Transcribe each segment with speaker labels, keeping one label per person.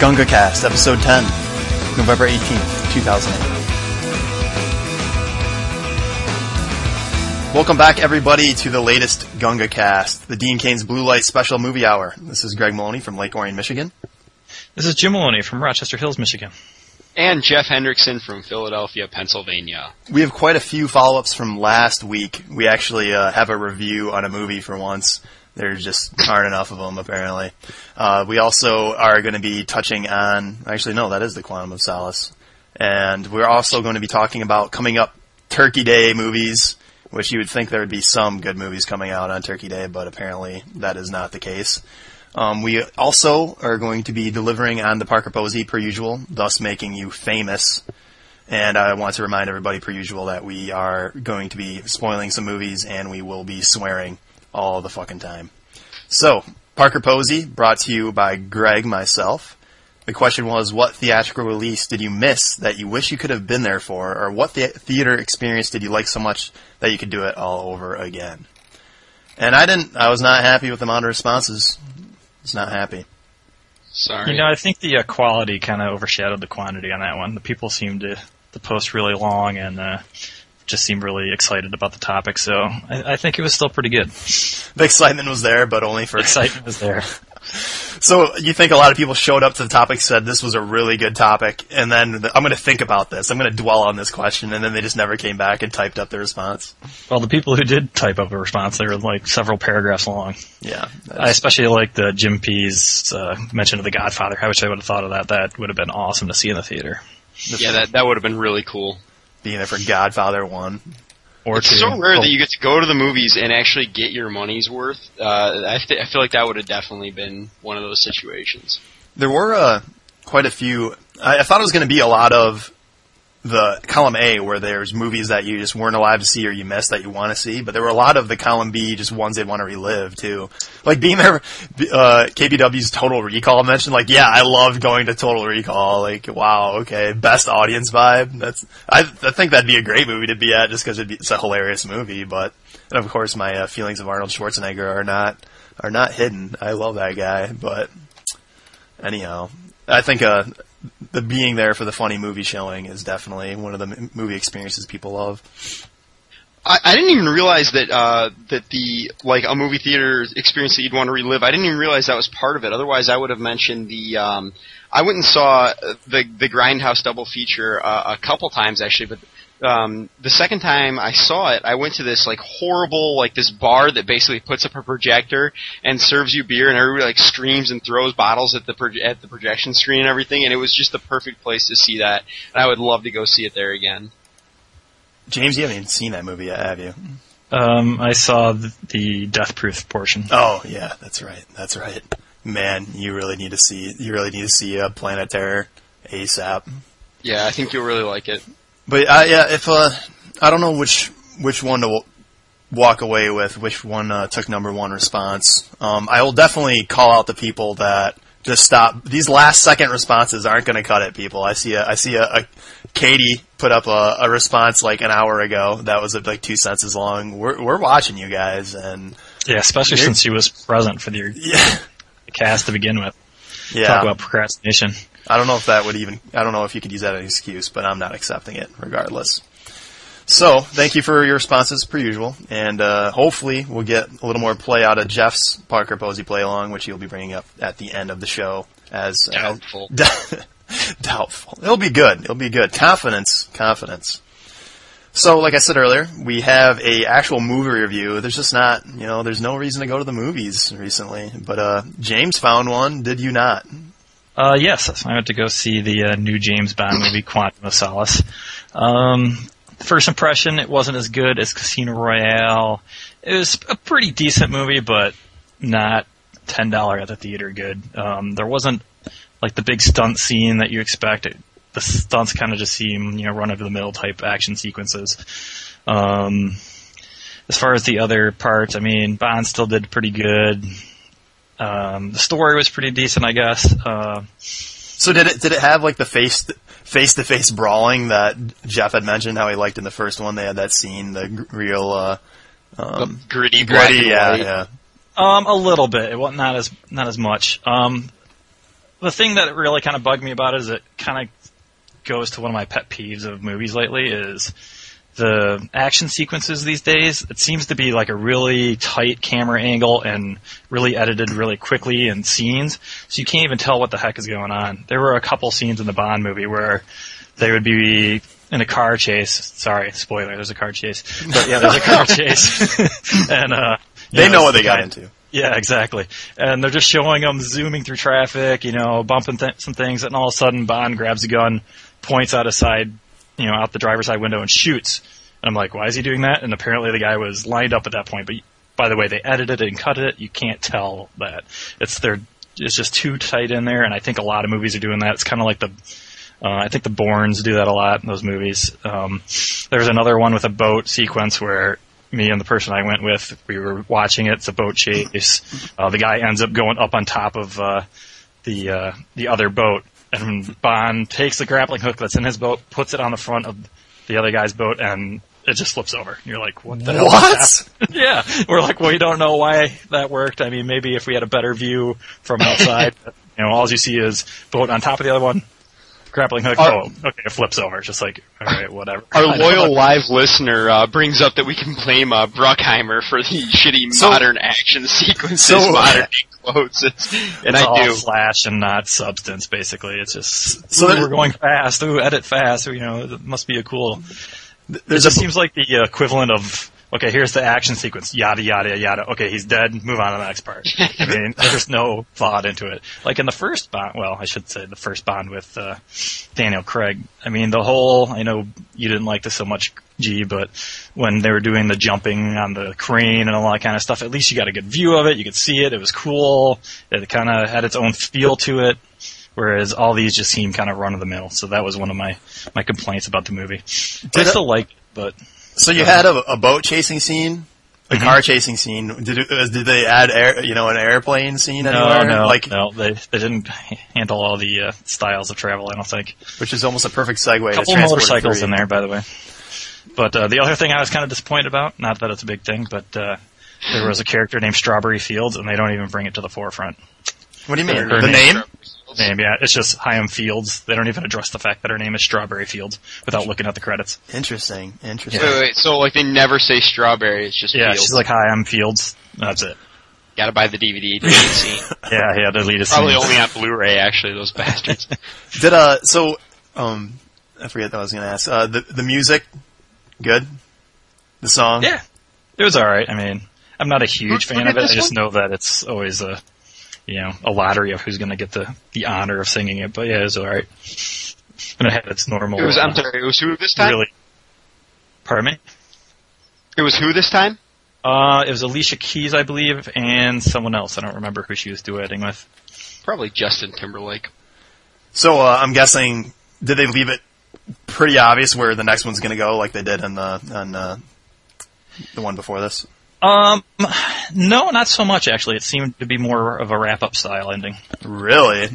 Speaker 1: Gunga Cast, episode 10, November 18th, 2008. Welcome back, everybody, to the latest Gunga Cast, the Dean Kane's Blue Light Special Movie Hour. This is Greg Maloney from Lake Orion, Michigan.
Speaker 2: This is Jim Maloney from Rochester Hills, Michigan.
Speaker 3: And Jeff Hendrickson from Philadelphia, Pennsylvania.
Speaker 1: We have quite a few follow ups from last week. We actually uh, have a review on a movie for once. There just aren't enough of them, apparently. Uh, we also are going to be touching on, actually, no, that is the Quantum of Solace. And we're also going to be talking about coming up Turkey Day movies, which you would think there would be some good movies coming out on Turkey Day, but apparently that is not the case. Um, we also are going to be delivering on the Parker Posey per usual, thus making you famous. And I want to remind everybody, per usual, that we are going to be spoiling some movies and we will be swearing all the fucking time. So, Parker Posey, brought to you by Greg, myself. The question was, what theatrical release did you miss that you wish you could have been there for, or what the- theater experience did you like so much that you could do it all over again? And I didn't, I was not happy with the amount of responses. It's not happy.
Speaker 3: Sorry.
Speaker 2: You know, I think the uh, quality kind of overshadowed the quantity on that one. The people seemed to, to post really long and uh, just seemed really excited about the topic, so I, I think it was still pretty good.
Speaker 1: The excitement was there, but only for
Speaker 2: Excitement was there.
Speaker 1: So you think a lot of people showed up to the topic, said this was a really good topic, and then the, I'm going to think about this. I'm going to dwell on this question, and then they just never came back and typed up their response.
Speaker 2: Well, the people who did type up a response, they were like several paragraphs long.
Speaker 1: Yeah, that
Speaker 2: I
Speaker 1: is-
Speaker 2: especially like the Jim P's uh, mention of The Godfather. I wish I would have thought of that. That would have been awesome to see in the theater.
Speaker 3: yeah, that, that would have been really cool.
Speaker 1: being there for Godfather one.
Speaker 2: Or
Speaker 3: It's
Speaker 2: two.
Speaker 3: so rare
Speaker 2: Oh,
Speaker 3: that you get to go to the movies and actually get your money's worth. Uh, I, th- I feel like that would have definitely been one of those situations.
Speaker 1: There were uh, quite a few. I, I thought it was going to be a lot of the column A, where there's movies that you just weren't alive to see or you missed that you want to see, but there were a lot of the column B, just ones they'd want to relive too. Like being there, uh, KBW's Total Recall mentioned, like, yeah, I loved going to Total Recall. Like, wow, okay, best audience vibe. That's I, I think that'd be a great movie to be at just because it's a hilarious movie. But and of course, my uh, feelings of Arnold Schwarzenegger are not are not hidden. I love that guy, but anyhow, I think uh, the being there for the funny movie showing is definitely one of the m- movie experiences people love.
Speaker 3: I, I didn't even realize that uh, that the like a movie theater experience that you'd want to relive. I didn't even realize that was part of it. Otherwise, I would have mentioned the. Um, I went and saw uh, the the Grindhouse double feature uh, a couple times actually, but um, the second time I saw it, I went to this like horrible like this bar that basically puts up a projector and serves you beer, and everybody like screams and throws bottles at the proj- at the projection screen and everything, and it was just the perfect place to see that. And I would love to go see it there again.
Speaker 1: James, you haven't even seen that movie yet, have you?
Speaker 2: Um, I saw the, the death proof portion.
Speaker 1: Oh yeah, that's right, that's right. Man, you really need to see you really need to see uh, Planet Terror ASAP.
Speaker 3: Yeah, I think you'll really like it.
Speaker 1: But uh, yeah, if uh, I don't know which which one to w- walk away with, which one uh, took number one response. Um, I will definitely call out the people that just stop. These last second responses aren't going to cut it, people. I see a I see a, a Katie put up a, a response like an hour ago that was uh, like two sentences long. We're we're watching you guys, and
Speaker 2: Yeah, especially
Speaker 1: You're-
Speaker 2: since he was present for the
Speaker 1: yeah,
Speaker 2: cast to begin with.
Speaker 1: yeah.
Speaker 2: Talk about procrastination.
Speaker 1: I don't know if that would even, I don't know if you could use that as an excuse, but I'm not accepting it regardless. So, thank you for your responses per usual, and uh, hopefully we'll get a little more play out of Jeff's Parker Posey play along, which he'll be bringing up at the end of the show as
Speaker 3: Doubtful.
Speaker 1: as- doubtful. It'll be good. It'll be good. Confidence, confidence. So, like I said earlier, we have a actual movie review. There's just not, you know, there's no reason to go to the movies recently. But uh, James found one. Did you not?
Speaker 2: Uh, yes, I went to go see the uh, new James Bond movie, Quantum of Solace. Um, first impression, it wasn't as good as Casino Royale. It was a pretty decent movie, but not ten dollar at the theater good. Um, there wasn't like the big stunt scene that you expect. It, the stunts kind of just seem, you know, run over the mill type action sequences. Um, as far as the other parts, I mean, Bond still did pretty good. Um, the story was pretty decent, I guess. Uh,
Speaker 1: So did it did it have like the face face to face brawling that Jeff had mentioned how he liked in the first one? They had that scene, the gr- real uh, um,
Speaker 3: gritty,
Speaker 1: gritty, yeah, yeah.
Speaker 2: Um, a little bit. It was not as not as much. Um, the thing that really kind of bugged me about it is it kind of goes to one of my pet peeves of movies lately is the action sequences these days. It seems to be like a really tight camera angle and really edited really quickly in scenes, so you can't even tell what the heck is going on. There were a couple scenes in the Bond movie where they would be in a car chase. Sorry, spoiler. There's a car chase, but yeah, there's a car chase, and uh, you
Speaker 1: They know what
Speaker 2: it's
Speaker 1: they
Speaker 2: the
Speaker 1: got
Speaker 2: guy-
Speaker 1: into.
Speaker 2: yeah, exactly. And they're just showing them zooming through traffic, you know, bumping th- some things, and all of a sudden Bond grabs a gun, points out a side, you know, out the driver's side window and shoots. And I'm like, why is he doing that? And apparently the guy was lined up at that point. But by the way, they edited it and cut it. You can't tell that it's their. It's just too tight in there, and I think a lot of movies are doing that. It's kind of like the uh, I think the Bournes do that a lot in those movies. Um, there's another one with a boat sequence where me and the person I went with, we were watching it. It's a boat chase. Uh, the guy ends up going up on top of uh, the uh, the other boat, and Bond takes the grappling hook that's in his boat, puts it on the front of the other guy's boat, and it just flips over. You're like, what the hell?
Speaker 1: What?
Speaker 2: yeah, we're like, we don't know why that worked. I mean, maybe if we had a better view from outside, you know, all you see is boat on top of the other one, grappling hook.
Speaker 3: Our-
Speaker 2: oh, okay, it flips over. It's Just like, all right, whatever.
Speaker 3: Our
Speaker 2: I know,
Speaker 3: loyal
Speaker 2: but-
Speaker 3: live listener uh, brings up that we can blame uh, Bruckheimer for the shitty
Speaker 1: So-
Speaker 3: modern action sequences,
Speaker 1: So-
Speaker 3: modern quotes, it's- and
Speaker 2: it's
Speaker 3: I
Speaker 2: all
Speaker 3: do.
Speaker 2: flash and not substance. Basically, it's just
Speaker 1: So
Speaker 2: ooh,
Speaker 1: there-
Speaker 2: we're going fast. Ooh, edit fast. Ooh, you know, it must be a cool. It
Speaker 1: There's
Speaker 2: just
Speaker 1: a
Speaker 2: seems like the equivalent of okay, here's the action sequence, yada yada yada. Okay, he's dead. Move on to the next part. I mean, there's no thought into it. Like in the first Bond, well, I should say the first Bond with uh, Daniel Craig. I mean, the whole. I know you didn't like this so much, G, but when they were doing the jumping on the crane and all that kind of stuff, at least you got a good view of it. You could see it. It was cool. It kind of had its own feel to it. Whereas all these just seem kind of run of the mill, so that was one of my my complaints about the movie. I
Speaker 1: Did I-
Speaker 2: still like, it, but
Speaker 1: So you had a, a boat chasing scene, a
Speaker 2: Mm-hmm.
Speaker 1: car chasing scene. Did it, uh, did they add air, you know an airplane scene
Speaker 2: No,
Speaker 1: anywhere?
Speaker 2: no,
Speaker 1: like
Speaker 2: no. They they didn't handle all the uh, styles of travel. I don't think.
Speaker 1: which is almost a perfect segue.
Speaker 2: A
Speaker 1: to
Speaker 2: couple
Speaker 1: Transporter
Speaker 2: motorcycles
Speaker 1: 3.
Speaker 2: in there, by the way. But uh, the other thing I was kind of disappointed about, not that it's a big thing, but uh, there was a character named Strawberry Fields, and they don't even bring it to the forefront.
Speaker 1: What do you mean?
Speaker 2: Her
Speaker 1: The
Speaker 2: name.
Speaker 1: name?
Speaker 2: Name, yeah, it's just Hyam Fields. They don't even address the fact that her name is Strawberry Fields without looking at the credits.
Speaker 1: Interesting. Interesting.
Speaker 3: Wait, wait, wait, so like they never say strawberry, it's just
Speaker 2: Yeah,
Speaker 3: field.
Speaker 2: she's like, "Hi, I'm Fields." That's it.
Speaker 3: Gotta buy the DVD. deleted scene.
Speaker 2: Yeah, yeah, the lead is
Speaker 3: Probably only on Blu-ray, actually, those bastards.
Speaker 1: Did uh so um I forget what I was gonna ask. Uh the the music good? The song?
Speaker 2: Yeah, it was all right. I mean, I'm not a huge
Speaker 3: Who- who
Speaker 2: fan of
Speaker 3: did
Speaker 2: it. I
Speaker 3: this
Speaker 2: just know that it's always a, you know, a lottery of who's going to get the the honor of singing it. But yeah, it was all right. And it had its normal.
Speaker 3: It was, I'm
Speaker 2: uh,
Speaker 3: sorry, it was who this time?
Speaker 2: Really. Pardon me.
Speaker 3: It was who this time?
Speaker 2: Uh, it was Alicia Keys, I believe, and someone else. I don't remember who she was duetting with.
Speaker 3: Probably Justin Timberlake.
Speaker 1: So uh I'm guessing did they leave it pretty obvious where the next one's gonna go like they did on the on uh the one before this?
Speaker 2: Um, no, not so much actually. It seemed to be more of a wrap-up style ending.
Speaker 1: Really?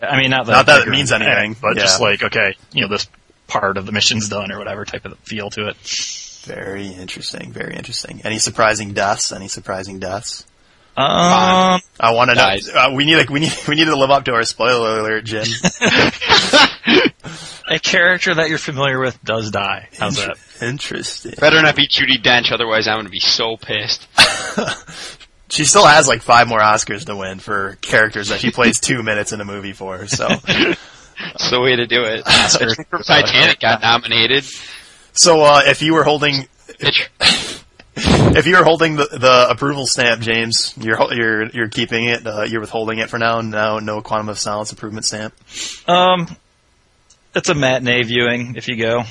Speaker 2: I mean, not that
Speaker 1: Not that it
Speaker 2: bigger
Speaker 1: means
Speaker 2: than
Speaker 1: anything,
Speaker 2: but
Speaker 1: yeah.
Speaker 2: just like okay, you know, this part of the mission's done or whatever type of feel to it.
Speaker 1: Very interesting, very interesting. Any surprising deaths? Any surprising deaths?
Speaker 2: Um,
Speaker 1: I want to
Speaker 3: Nice.
Speaker 1: know. Uh, we need a, we need we need to live up to our spoiler alert, Jim.
Speaker 2: a character that you're familiar with does die. How's that?
Speaker 1: Interesting.
Speaker 3: Better not be Judy Dench, otherwise I'm gonna be so pissed.
Speaker 1: She still has like five more Oscars to win for characters that she plays two minutes in a movie for. So,
Speaker 3: It's the way to do it. Titanic got nominated.
Speaker 1: so uh, if you were holding
Speaker 3: Bitch.
Speaker 1: if you were holding the, the approval stamp, James, you're hol- you're you're keeping it. Uh, you're withholding it for now. No, no quantum of silence improvement stamp.
Speaker 2: Um, it's a matinee viewing. If you go,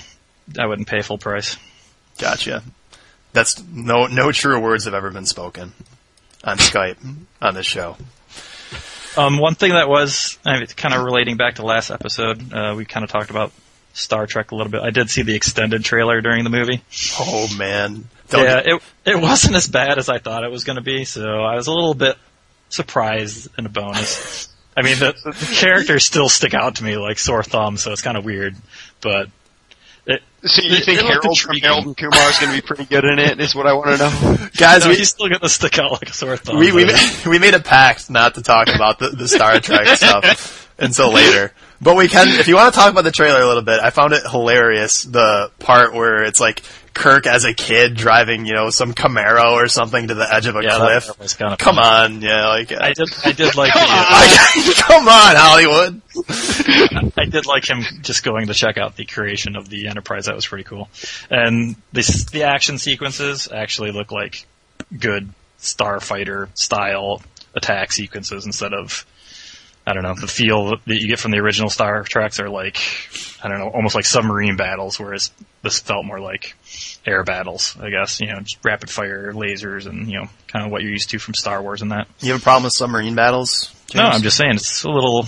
Speaker 2: I wouldn't pay full price.
Speaker 1: Gotcha. That's no no true words have ever been spoken on Skype on this show.
Speaker 2: Um, one thing that was I mean, kind of relating back to last episode, uh, we kind of talked about Star Trek a little bit. I did see the extended trailer during the movie.
Speaker 1: Oh man.
Speaker 2: yeah, it it wasn't as bad as I thought it was going to be, so I was a little bit surprised and a bonus. I mean, the, the characters still stick out to me like sore thumbs, so it's kind of weird, but it,
Speaker 3: So you
Speaker 2: It-
Speaker 3: think
Speaker 2: it looked
Speaker 3: Harold from
Speaker 2: intriguing.
Speaker 3: Harold and Kumar is going to be pretty good in it? Is what I want to know.
Speaker 1: guys,
Speaker 2: no,
Speaker 1: we
Speaker 2: he's still going to stick out like a sore thumb.
Speaker 1: we we
Speaker 2: but-
Speaker 1: ma- we made a pact not to talk about the, the Star Trek stuff. until later. But we can, if you want to talk about the trailer a little bit, I found it hilarious. The part where it's like Kirk as a kid driving, you know, some Camaro or something to the edge of a
Speaker 2: Yeah, that,
Speaker 1: cliff.
Speaker 2: that was kind of.
Speaker 1: Come on, yeah, like
Speaker 2: I did. I did like.
Speaker 3: Come
Speaker 2: the, uh,
Speaker 1: come on, Hollywood.
Speaker 2: I did like him just going to check out the creation of the Enterprise. That was pretty cool. And the s- the action sequences actually look like good starfighter style attack sequences instead of I don't know the feel that you get from the original Star Treks are like I don't know almost like submarine battles, whereas this felt more like air battles. I guess you know just rapid fire lasers and you know kind of what you're used to from Star Wars and that.
Speaker 1: You have a problem with submarine battles?
Speaker 2: No,
Speaker 1: James?
Speaker 2: I'm just saying it's a little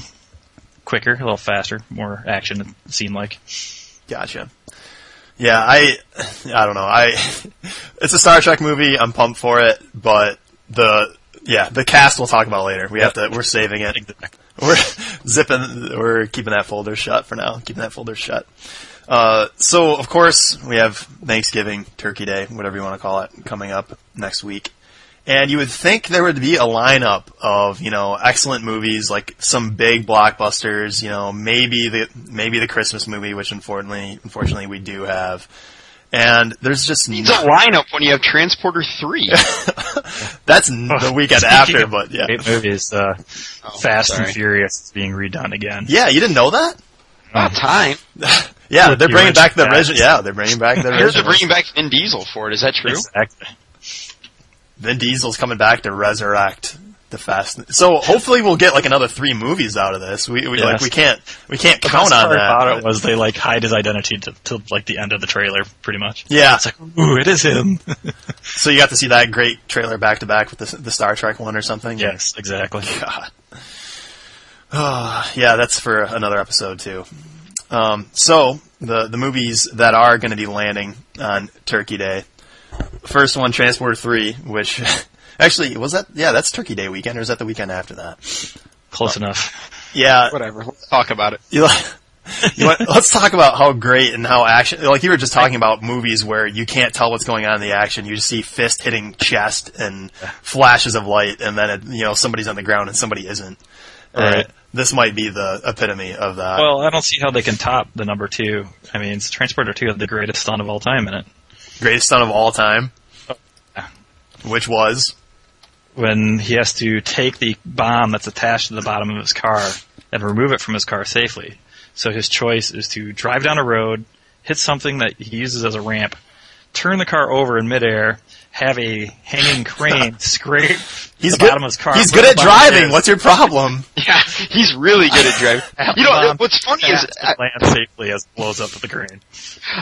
Speaker 2: quicker, a little faster, more action. It seemed like.
Speaker 1: Gotcha. Yeah, I, I don't know. I, it's a Star Trek movie. I'm pumped for it, but the, yeah, the cast we'll talk about later. We have to, we're saving it. We're zipping, we're keeping that folder shut for now. Keeping that folder shut. Uh, so of course we have Thanksgiving, Turkey Day, whatever you want to call it, coming up next week. And you would think there would be a lineup of, you know, excellent movies, like some big blockbusters, you know, maybe the, maybe the Christmas movie, which unfortunately, unfortunately we do have. And there's just
Speaker 3: It's a
Speaker 1: no,
Speaker 3: lineup when you have Transporter Three.
Speaker 2: Oh,
Speaker 1: that's n- the weekend
Speaker 2: Speaking
Speaker 1: after,
Speaker 2: of
Speaker 1: but yeah.
Speaker 2: Great movies. Uh,
Speaker 3: Oh,
Speaker 2: Fast
Speaker 3: sorry.
Speaker 2: and Furious is being redone again.
Speaker 1: Yeah, you didn't know that?
Speaker 3: About time.
Speaker 1: Yeah,
Speaker 2: With
Speaker 1: they're
Speaker 2: the
Speaker 1: bringing back the
Speaker 2: original
Speaker 1: original.
Speaker 2: cast.
Speaker 1: Yeah, they're bringing back the
Speaker 3: I heard they're
Speaker 1: original.
Speaker 3: bringing back Vin Diesel for it. Is that true?
Speaker 2: Exactly.
Speaker 1: Vin Diesel's coming back to resurrect the Fast. So hopefully we'll get like another three movies out of this. We, we like
Speaker 2: Yes.
Speaker 1: we can't we can't
Speaker 2: The
Speaker 1: count
Speaker 2: best
Speaker 1: on
Speaker 2: part
Speaker 1: that.
Speaker 2: about
Speaker 1: uh, but-
Speaker 2: it was they like hide his identity to, till like the end of the trailer, pretty much.
Speaker 1: yeah,
Speaker 2: It's like, ooh, it is him.
Speaker 1: so you got to see that great trailer back to back with the, the Star Trek one or something.
Speaker 2: yes, exactly.
Speaker 1: God. Ah, yeah, that's for another episode too. Um, so the the movies that are going to be landing on Turkey Day. First one, Transporter Three, which actually was that. Yeah, that's Turkey Day weekend, or is that the weekend after that?
Speaker 2: Close enough.
Speaker 1: Yeah,
Speaker 3: Whatever. Let's talk about it.
Speaker 1: you, you want, let's talk about how great and how action. Like you were just talking about movies where you can't tell what's going on in the action. You just see fist hitting chest and flashes of light, and then it, you know somebody's on the ground and somebody isn't. And
Speaker 2: Right.
Speaker 1: This might be the epitome of that.
Speaker 2: Uh, Well, I don't see how they can top the number two. I mean, it's Transporter Two had the greatest stunt of all time in it.
Speaker 1: greatest stunt of all time, which was
Speaker 2: when he has to take the bomb that's attached to the bottom of his car and remove it from his car safely. So his choice is to drive down a road, hit something that he uses as a ramp, turn the car over in midair, have a hanging crane scrape
Speaker 1: he's
Speaker 2: the
Speaker 1: good.
Speaker 2: bottom of his car.
Speaker 1: he's
Speaker 2: where
Speaker 1: good
Speaker 2: the
Speaker 1: at
Speaker 2: bottom
Speaker 1: driving.
Speaker 2: is,
Speaker 1: What's your problem?
Speaker 3: Yeah, he's really good at driving. You know,
Speaker 2: Mom,
Speaker 3: what's funny is
Speaker 2: fast and land safely as it blows up with the crane.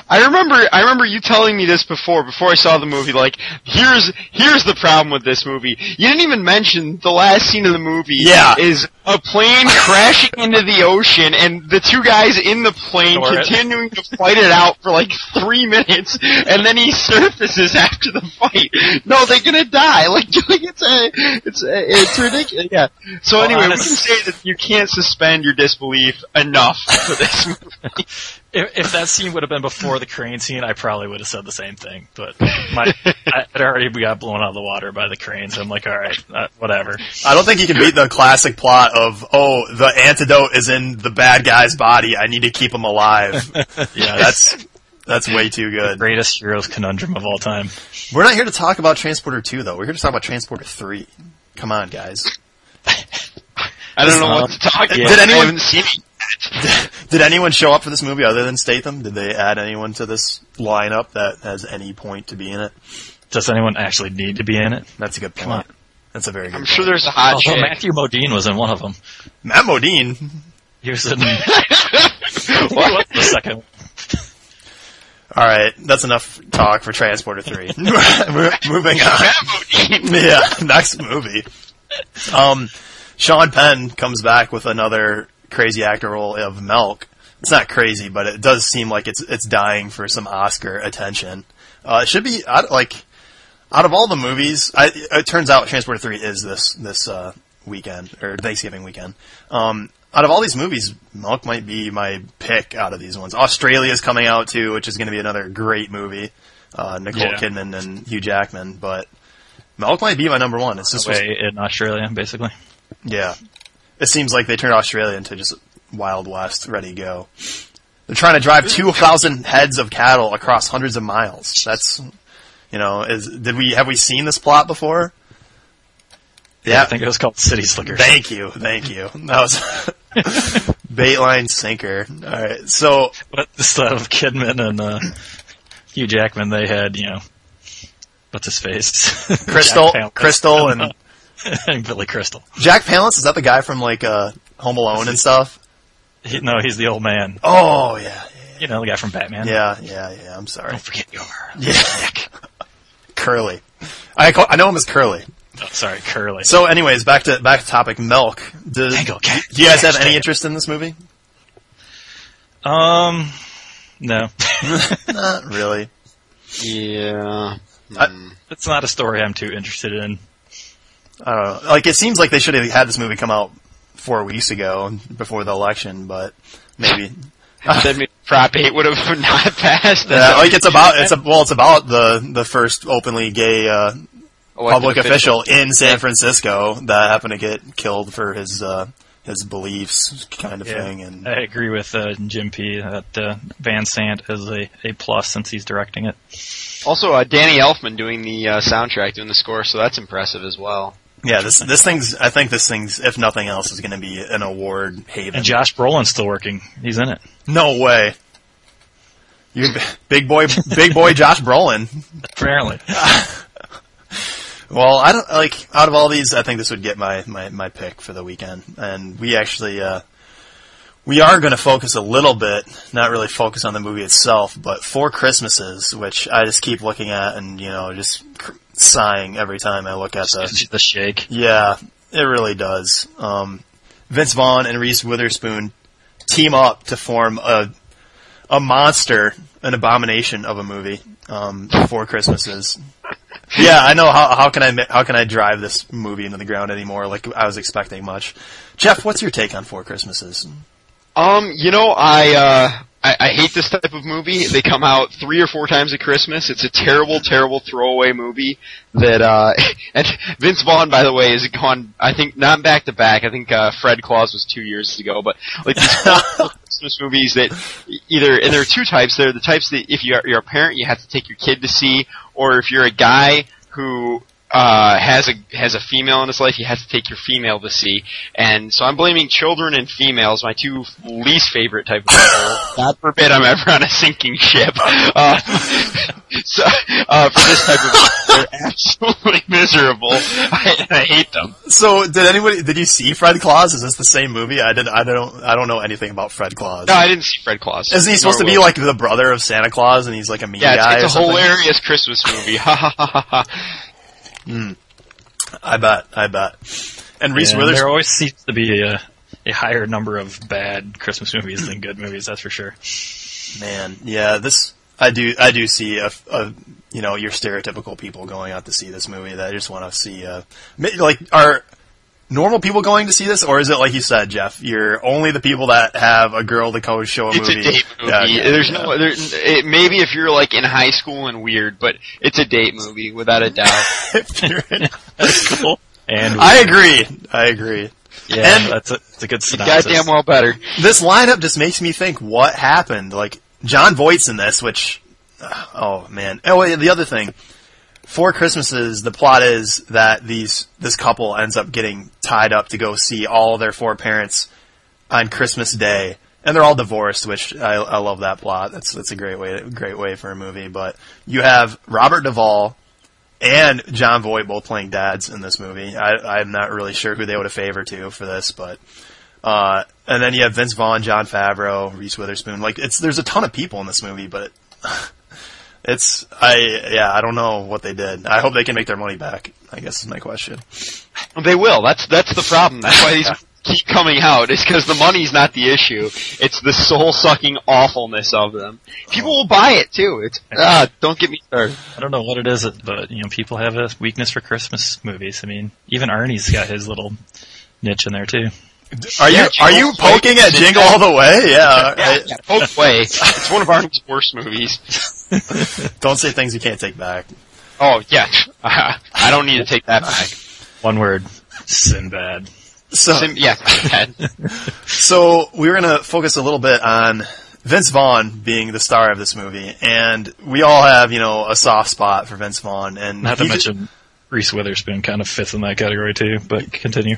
Speaker 3: I remember I remember you telling me this before before I saw the movie like here's here's the problem with this movie. You didn't even mention the last scene of the movie
Speaker 1: Yeah.
Speaker 3: is a plane crashing into the ocean and the two guys in the plane
Speaker 2: Ignore it.
Speaker 3: continuing to fight it out for like 3 minutes and then he surfaces after the fight. No, they're going to die. Like, like it's a, it's a, it's ridiculous. Yeah. So
Speaker 2: Well,
Speaker 3: anyway,
Speaker 2: honest-
Speaker 3: we can say that you can't suspend your disbelief enough for this movie.
Speaker 2: If, if that scene would have been before the crane scene, I probably would have said the same thing. But my, I, it already got blown out of the water by the cranes. I'm like, all right, uh, whatever.
Speaker 1: I don't think you can beat the classic plot of oh the antidote is in the bad guy's body. I need to keep him alive.
Speaker 2: Yeah,
Speaker 1: that's that's way too good.
Speaker 2: greatest heroes conundrum of all time.
Speaker 1: We're not here to talk about Transporter 2, though. We're here to talk about Transporter 3. Come on, guys.
Speaker 3: I don't know
Speaker 2: Uh,
Speaker 3: what to talk about.
Speaker 2: yeah.
Speaker 1: Did anyone-
Speaker 3: I haven't seen it.
Speaker 1: Did anyone show up for this movie other than Statham? Did they add anyone to this lineup that has any point to be in it?
Speaker 2: Does anyone actually need to be in it?
Speaker 1: That's a good point.
Speaker 2: on.
Speaker 1: That's a very good
Speaker 3: I'm
Speaker 1: point.
Speaker 3: sure there's a
Speaker 1: Oh,
Speaker 3: hot
Speaker 2: Although
Speaker 3: chick.
Speaker 2: Matthew Modine was in one of them.
Speaker 1: Matt Modine.
Speaker 2: He was in he was in the second. one.
Speaker 1: All right, that's enough talk for Transporter 3. We're Moving on.
Speaker 3: Matt Modine.
Speaker 1: yeah, next movie. Um, Sean Penn comes back with another crazy actor role of Melk. It's not crazy, but it does seem like it's it's dying for some Oscar attention. Uh, it should be out, like out of all the movies. I, it turns out Transporter Three is this this uh, weekend or Thanksgiving weekend. Um, out of all these movies, Milk might be my pick out of these ones. Australia's coming out too, which is going to be another great movie. Uh, Nicole
Speaker 2: Yeah.
Speaker 1: Kidman and Hugh Jackman, but Milk might be my number one. It's just
Speaker 2: Way in Australia, basically.
Speaker 1: yeah. it seems like they turned Australia into just Wild West, ready go. They're trying to drive 2,000 heads of cattle across hundreds of miles. That's, you know, is did we have we seen this plot before?
Speaker 2: I think it was called City Slickers.
Speaker 1: Thank you, thank you. That was Baitline sinker. All right, so
Speaker 2: But instead of Kidman and uh, Hugh Jackman, they had you know, what's his face, Jack
Speaker 1: Crystal,
Speaker 2: Palance
Speaker 1: Crystal, and
Speaker 2: and Billy Crystal.
Speaker 1: Jack Palance is that the guy from like uh, Home Alone and stuff?
Speaker 2: He, no, he's the old man.
Speaker 1: Oh yeah,
Speaker 2: You know, the guy from Batman.
Speaker 1: yeah, yeah, yeah. I'm sorry.
Speaker 2: Don't forget your. oh,
Speaker 1: Yeah, Curly. I call, I know him as Curly.
Speaker 2: Oh, sorry, Curly.
Speaker 1: So, anyways, back to back to topic milk. Do,
Speaker 2: Tango cat.
Speaker 1: do you guys have any interest in this movie?
Speaker 2: Um, no,
Speaker 1: Not really.
Speaker 3: Yeah.
Speaker 1: I-
Speaker 3: Hmm.
Speaker 2: it's not a story I'm too interested in.
Speaker 1: I don't know. Uh, Like it seems like they should have had this movie come out four weeks ago before the election, but maybe.
Speaker 3: then maybe Prop 8 would have not passed.
Speaker 1: Yeah, like it's about it's a, well, it's about the the first openly gay uh,
Speaker 3: Elected
Speaker 1: public official in San Francisco that happened to get killed for his uh, his beliefs, kind of thing. And
Speaker 2: I agree with uh, Jim P. that uh, Van Sant is a a plus since he's directing it.
Speaker 3: Also, uh, Danny Elfman doing the uh, soundtrack, doing the score, so that's impressive as well.
Speaker 1: yeah, this this thing's I think this thing's if nothing else is going to be an award haven.
Speaker 2: And Josh Brolin's still working. He's in it.
Speaker 1: No way. You big boy, big boy Josh Brolin.
Speaker 2: Apparently,
Speaker 1: Well, I don't like out of all these, I think this would get my my my pick for the weekend. And we actually uh we are going to focus a little bit, not really focus on the movie itself, but Four Christmases, which I just keep looking at and you know just cr- sighing every time I look at the
Speaker 2: the shake.
Speaker 1: yeah, it really does. Um, Vince Vaughn and Reese Witherspoon team up to form a a monster, an abomination of a movie. Um, Four Christmases. Yeah, I know. How, how can I ma- how can I drive this movie into the ground anymore? Like I was expecting much. Jeff, what's your take on Four Christmases?
Speaker 3: Um, you know, I, uh, I I hate this type of movie. They come out three or four times at Christmas. It's a terrible, terrible throwaway movie. That uh, and Vince Vaughn, by the way, is gone. I think not back to back. I think uh, Fred Claus was two years ago, but like these Christmas movies that either and there are two types. There are the types that if you're, you're a parent, you have to take your kid to see, or if you're a guy who uh, has a has a female in his life, you have to take your female to see. And so I'm blaming children and females, my two least favorite type of people. God forbid I'm ever on a sinking ship. Uh, so uh, for this type of, they're absolutely miserable. I, I hate them.
Speaker 1: So, did anybody did you see Fred Claus? Is this the same movie? I did. I don't. I don't know anything about Fred Claus.
Speaker 3: No, I didn't see Fred Claus.
Speaker 1: Isn't he supposed to
Speaker 3: Nor
Speaker 1: be
Speaker 3: will.
Speaker 1: like the brother of Santa Claus, and he's like a mean
Speaker 3: Yeah,
Speaker 1: guy?
Speaker 3: it's,
Speaker 1: or
Speaker 3: it's a
Speaker 1: something?
Speaker 3: hilarious Christmas movie. Ha ha ha ha ha.
Speaker 1: I bet. I bet. And Reese
Speaker 2: Yeah,
Speaker 1: Witherspoon.
Speaker 2: there always seems to be a, a higher number of bad Christmas movies than good movies. That's for sure.
Speaker 1: Man, yeah, this I do. I do see a, a you know your stereotypical people going out to see this movie. That I just want to see. Uh, ma- like, are normal people going to see this, or is it like you said, Jeff? You're only the people that have a girl to go show a
Speaker 3: It's
Speaker 1: movie.
Speaker 3: a date movie.
Speaker 1: Yeah, yeah,
Speaker 3: There's
Speaker 1: yeah.
Speaker 3: no. There, it, maybe if you're like in high school and weird, but it's a date movie without a doubt.
Speaker 1: If you're in-
Speaker 2: cool. And
Speaker 1: I agree. I agree.
Speaker 2: yeah,
Speaker 1: and-
Speaker 2: that's a, that's a good synopsis.
Speaker 3: Goddamn well better.
Speaker 1: This lineup just makes me think what happened. Like John Voight's in this, which oh man. Oh, wait, the other thing. Four Christmases, the plot is that these this couple ends up getting tied up to go see all their four parents on Christmas Day, and they're all divorced, which I, I love that plot. That's that's a great way great way for a movie. But you have Robert Duvall and John Voight both playing dads in this movie. I, I'm not really sure who they would have favored to for this, but uh, and then you have Vince Vaughn, John Favreau, Reese Witherspoon. Like it's there's a ton of people in this movie, but it's I yeah I don't know what they did. I hope they can make their money back. I guess is my question.
Speaker 3: They will. That's that's the problem. That's why these keep coming out. It's because the money's not the issue. It's the soul sucking awfulness of them. People will buy it too. It's ah, don't get me started.
Speaker 2: I don't know what it is, but you know, people have a weakness for Christmas movies. I mean, even Arnie's got his little niche in there too.
Speaker 1: Are you
Speaker 3: Yeah,
Speaker 1: are you
Speaker 3: Jingle
Speaker 1: poking at Jingle all the way? Yeah. I-
Speaker 3: Yeah, both way. It's one of Arnold's worst movies.
Speaker 1: don't say things you can't take back.
Speaker 3: Oh yeah, I don't need to take that back.
Speaker 2: One word, Sinbad.
Speaker 1: So,
Speaker 3: Sim- yeah, Ted.
Speaker 1: so we were going to focus a little bit on Vince Vaughn being the star of this movie, and we all have you know a soft spot for Vince Vaughn, and
Speaker 2: Not to
Speaker 1: he ju-
Speaker 2: mention Reese Witherspoon kind of fits in that category too. But continue.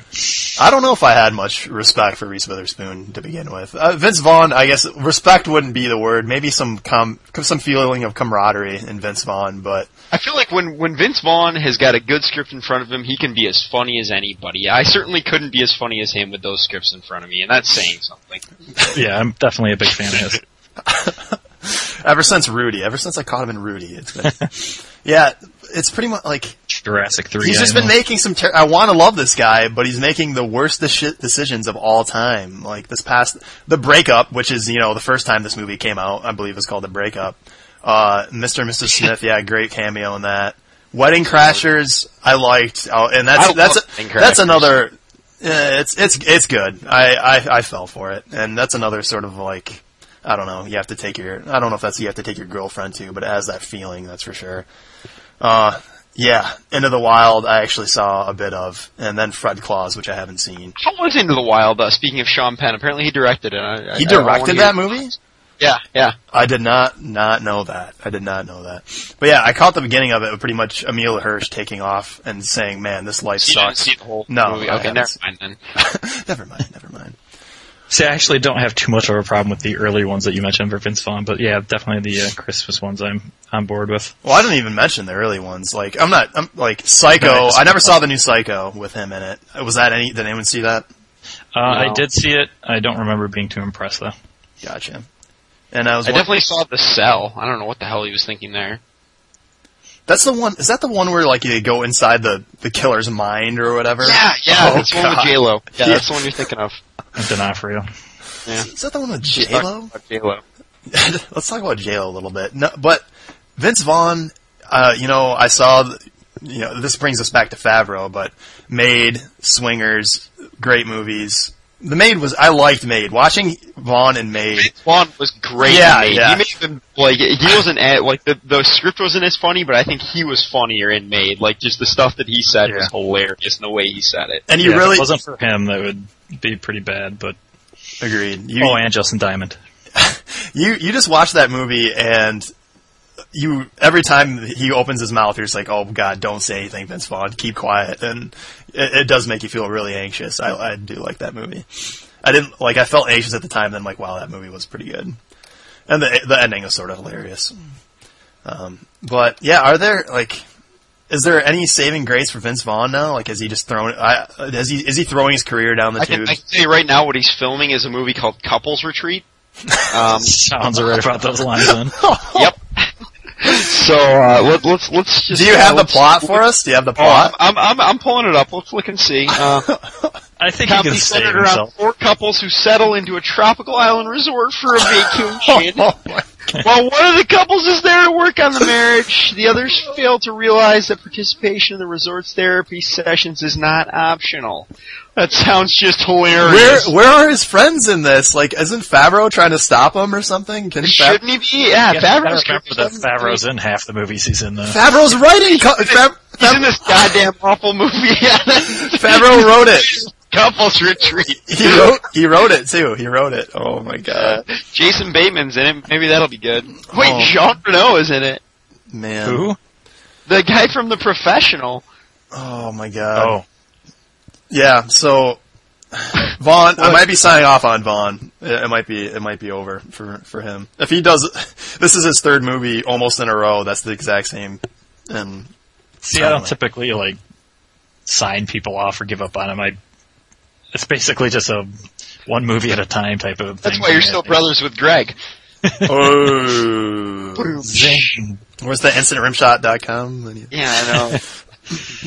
Speaker 1: I don't know if I had much respect for Reese Witherspoon to begin with. Uh, Vince Vaughn, I guess respect wouldn't be the word. Maybe some com- some feeling of camaraderie in Vince Vaughn, but
Speaker 3: I feel like when when Vince Vaughn has got a good script in front of him, he can be as funny as anybody. I certainly couldn't be as funny as him with those scripts in front of me, and that's saying something.
Speaker 2: Yeah, I'm definitely a big fan of his.
Speaker 1: ever since Rudy, ever since I caught him in Rudy, it's been yeah, it's pretty much like
Speaker 2: Jurassic Three.
Speaker 1: he's
Speaker 2: I
Speaker 1: just been
Speaker 2: know.
Speaker 1: making some. Ter- I want to love this guy, but he's making the worst de- shit decisions of all time. Like this past the breakup, which is you know the first time this movie came out, I believe it's called the breakup. Uh, Mr. and Mrs. Smith, yeah, great cameo in that. Wedding Crashers, I liked, oh, and that's
Speaker 3: I
Speaker 1: that's
Speaker 3: love Wedding
Speaker 1: that's
Speaker 3: Crashers.
Speaker 1: another. eh, it's it's it's good. I, I I fell for it, and that's another sort of like I don't know. You have to take your I don't know if that's you have to take your girlfriend to, but it has that feeling. That's for sure. Uh, yeah, Into the Wild I actually saw a bit of, and then Fred Claus, which I haven't seen.
Speaker 3: How was Into the Wild? Uh, speaking of Sean Penn, apparently he directed it. I,
Speaker 1: He
Speaker 3: I- I don't wanna
Speaker 1: directed
Speaker 3: hear-
Speaker 1: that movie.
Speaker 3: Yeah, yeah.
Speaker 1: I did not not know that. I did not know that. But yeah, I caught the beginning of it with pretty much Amelia Hirsch taking off and saying, "Man, this life
Speaker 3: You didn't
Speaker 1: sucks."
Speaker 3: see the whole
Speaker 1: No,
Speaker 3: movie.
Speaker 1: I
Speaker 3: Okay,
Speaker 1: haven't
Speaker 3: never
Speaker 1: seen-
Speaker 3: mind then.
Speaker 1: never mind. Never mind.
Speaker 2: See, I actually don't have too much of a problem with the early ones that you mentioned for Vince Vaughn, but yeah, definitely the uh, Christmas ones I'm on board with.
Speaker 1: Well, I didn't even mention the early ones. Like I'm not. I'm like Psycho.
Speaker 2: Nice.
Speaker 1: I never saw the new Psycho with him in it. Was that any? Did anyone see that?
Speaker 2: Uh, I
Speaker 3: No.
Speaker 2: did see it. I don't remember being too impressed though.
Speaker 1: Gotcha. And I was.
Speaker 3: I
Speaker 1: won-
Speaker 3: definitely saw The Cell. I don't know what the hell he was thinking there.
Speaker 1: that's the one. Is that the one where like you go inside the the killer's mind or whatever?
Speaker 3: Yeah, yeah,
Speaker 1: Oh,
Speaker 3: that's the one
Speaker 1: God.
Speaker 3: with J Lo. Yeah,
Speaker 1: Yeah.
Speaker 3: that's the one you're thinking of.
Speaker 2: D'Onofrio.
Speaker 1: Is that the one with J Lo?
Speaker 3: J Lo.
Speaker 1: let's talk about jail a little bit. No, but Vince Vaughn, uh, you know, I saw, th- you know, this brings us back to Favreau, but Made, Swingers, great movies. The Maid was, I liked Made. Watching Vaughn and Made,
Speaker 3: Vaughn was great.
Speaker 1: Yeah,
Speaker 3: in Made.
Speaker 1: yeah.
Speaker 3: He made them like he wasn't at, like the the script wasn't as funny, but I think he was funnier in Made. Like just the stuff that he said
Speaker 1: Yeah.
Speaker 3: was hilarious, and the way he said it.
Speaker 1: and you
Speaker 2: Yeah, if
Speaker 1: really
Speaker 2: it wasn't for him, that would be pretty bad. But
Speaker 1: agreed. You,
Speaker 2: oh, and Justin Diamond.
Speaker 1: you, you just watch that movie and you, every time he opens his mouth, you're just like, oh god, don't say anything, Vince Vaughn, keep quiet. And it, it does make you feel really anxious. I, I do like that movie. I didn't like. I felt anxious at the time. Then I'm like, wow, that movie was pretty good, and the the ending was sort of hilarious. Um, but yeah, are there like, is there any saving grace for Vince Vaughn now? Like, has he just thrown? I, is he is he throwing his career down the
Speaker 3: I
Speaker 1: tube?
Speaker 3: can, I can tell you right now what he's filming is a movie called Couples Retreat. Um,
Speaker 2: Sounds right about those lines. Then
Speaker 3: yep. So uh, let, let's let's just.
Speaker 1: Do you have the
Speaker 3: uh, let's-
Speaker 1: plot for us? Do you have the
Speaker 3: Oh, I'm,
Speaker 1: plot?
Speaker 3: I'm I'm I'm pulling it up. Let's look and see. Uh,
Speaker 2: I think he
Speaker 3: comedy
Speaker 2: can save
Speaker 3: centered around
Speaker 2: himself.
Speaker 3: four couples who settle into a tropical island resort for a vacation.
Speaker 1: Oh, my-
Speaker 3: While one of the couples is there to work on the marriage, the others fail to realize that participation in the resort's therapy sessions is not optional. That sounds just
Speaker 1: where
Speaker 3: hilarious.
Speaker 1: where are his friends in this? Like, isn't Favreau trying to stop him or something? Can Fav-
Speaker 3: Shouldn't he be? Yeah,
Speaker 2: Yeah,
Speaker 3: Favreau's
Speaker 2: I remember that Favreau's in half the movies he's in though.
Speaker 1: Favreau's writing? Co- Fav-
Speaker 3: He's in this goddamn awful movie. Yeah, that's-
Speaker 1: Favreau wrote it.
Speaker 3: Couples retreat.
Speaker 1: He wrote he wrote it too. He wrote it. Oh my god,
Speaker 3: Uh, Jason Bateman's in it. Maybe that'll be good. Wait,
Speaker 1: Oh.
Speaker 3: Jean Reno is in it.
Speaker 1: man.
Speaker 2: Who?
Speaker 3: The guy from The Professional.
Speaker 1: Oh my god.
Speaker 2: Oh,
Speaker 1: Yeah, so Vaughn, I might be signing off on Vaughn. It, it might be it might be over for for him. If he does this is his third movie almost in a row. That's the exact same. And
Speaker 2: see, I don't
Speaker 1: Totally.
Speaker 2: typically like sign people off or give up on them. I it's basically just a one movie at a time type of.
Speaker 3: That's
Speaker 2: thing
Speaker 3: why
Speaker 2: for
Speaker 3: you're
Speaker 2: me, I
Speaker 3: still
Speaker 2: think.
Speaker 3: brothers with Greg.
Speaker 1: oh,
Speaker 2: Zing.
Speaker 1: where's the instantrimshot.com? I need,
Speaker 3: Yeah, I know.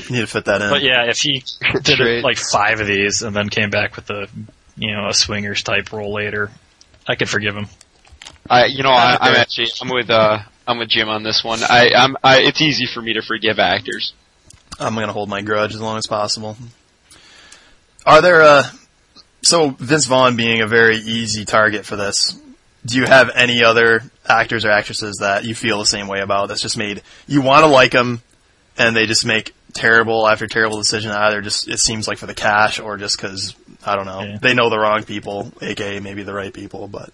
Speaker 1: need to fit that in.
Speaker 2: But yeah, if he did
Speaker 3: Great.
Speaker 2: like five of these and then came back with a you know a swingers type role later, I could forgive him.
Speaker 3: I, you know, I, I'm actually, I'm with, uh, I'm with Jim on this one. I, I'm, I, it's easy for me to forgive actors.
Speaker 1: I'm gonna hold my grudge as long as possible. Are there uh so Vince Vaughn being a very easy target for this, do you have any other actors or actresses that you feel the same way about that's just made you want to like them and they just make terrible after terrible decision either just it seems like for the cash or just because I don't know
Speaker 2: Yeah.
Speaker 1: they know the wrong people, aka maybe the right people, but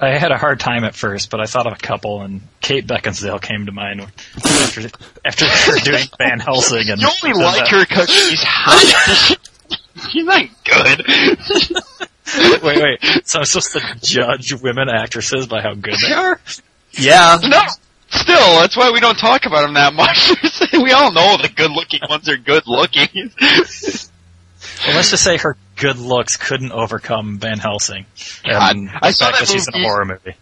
Speaker 2: I had a hard time at first, but I thought of a couple, and Kate Beckinsale came to mind after after doing Van Helsing. And
Speaker 3: You only like her because she's hot. she's not good.
Speaker 2: Wait, wait. So I'm supposed to judge women actresses by how good they are?
Speaker 1: yeah,
Speaker 3: no. Still, that's why we don't talk about them that much. we all know the good-looking ones are good-looking.
Speaker 2: Well, let's just say her good looks couldn't overcome Van Helsing. and
Speaker 3: God, I
Speaker 2: the
Speaker 3: saw
Speaker 2: fact
Speaker 3: that
Speaker 2: that she's in a
Speaker 3: movie.
Speaker 2: horror movie.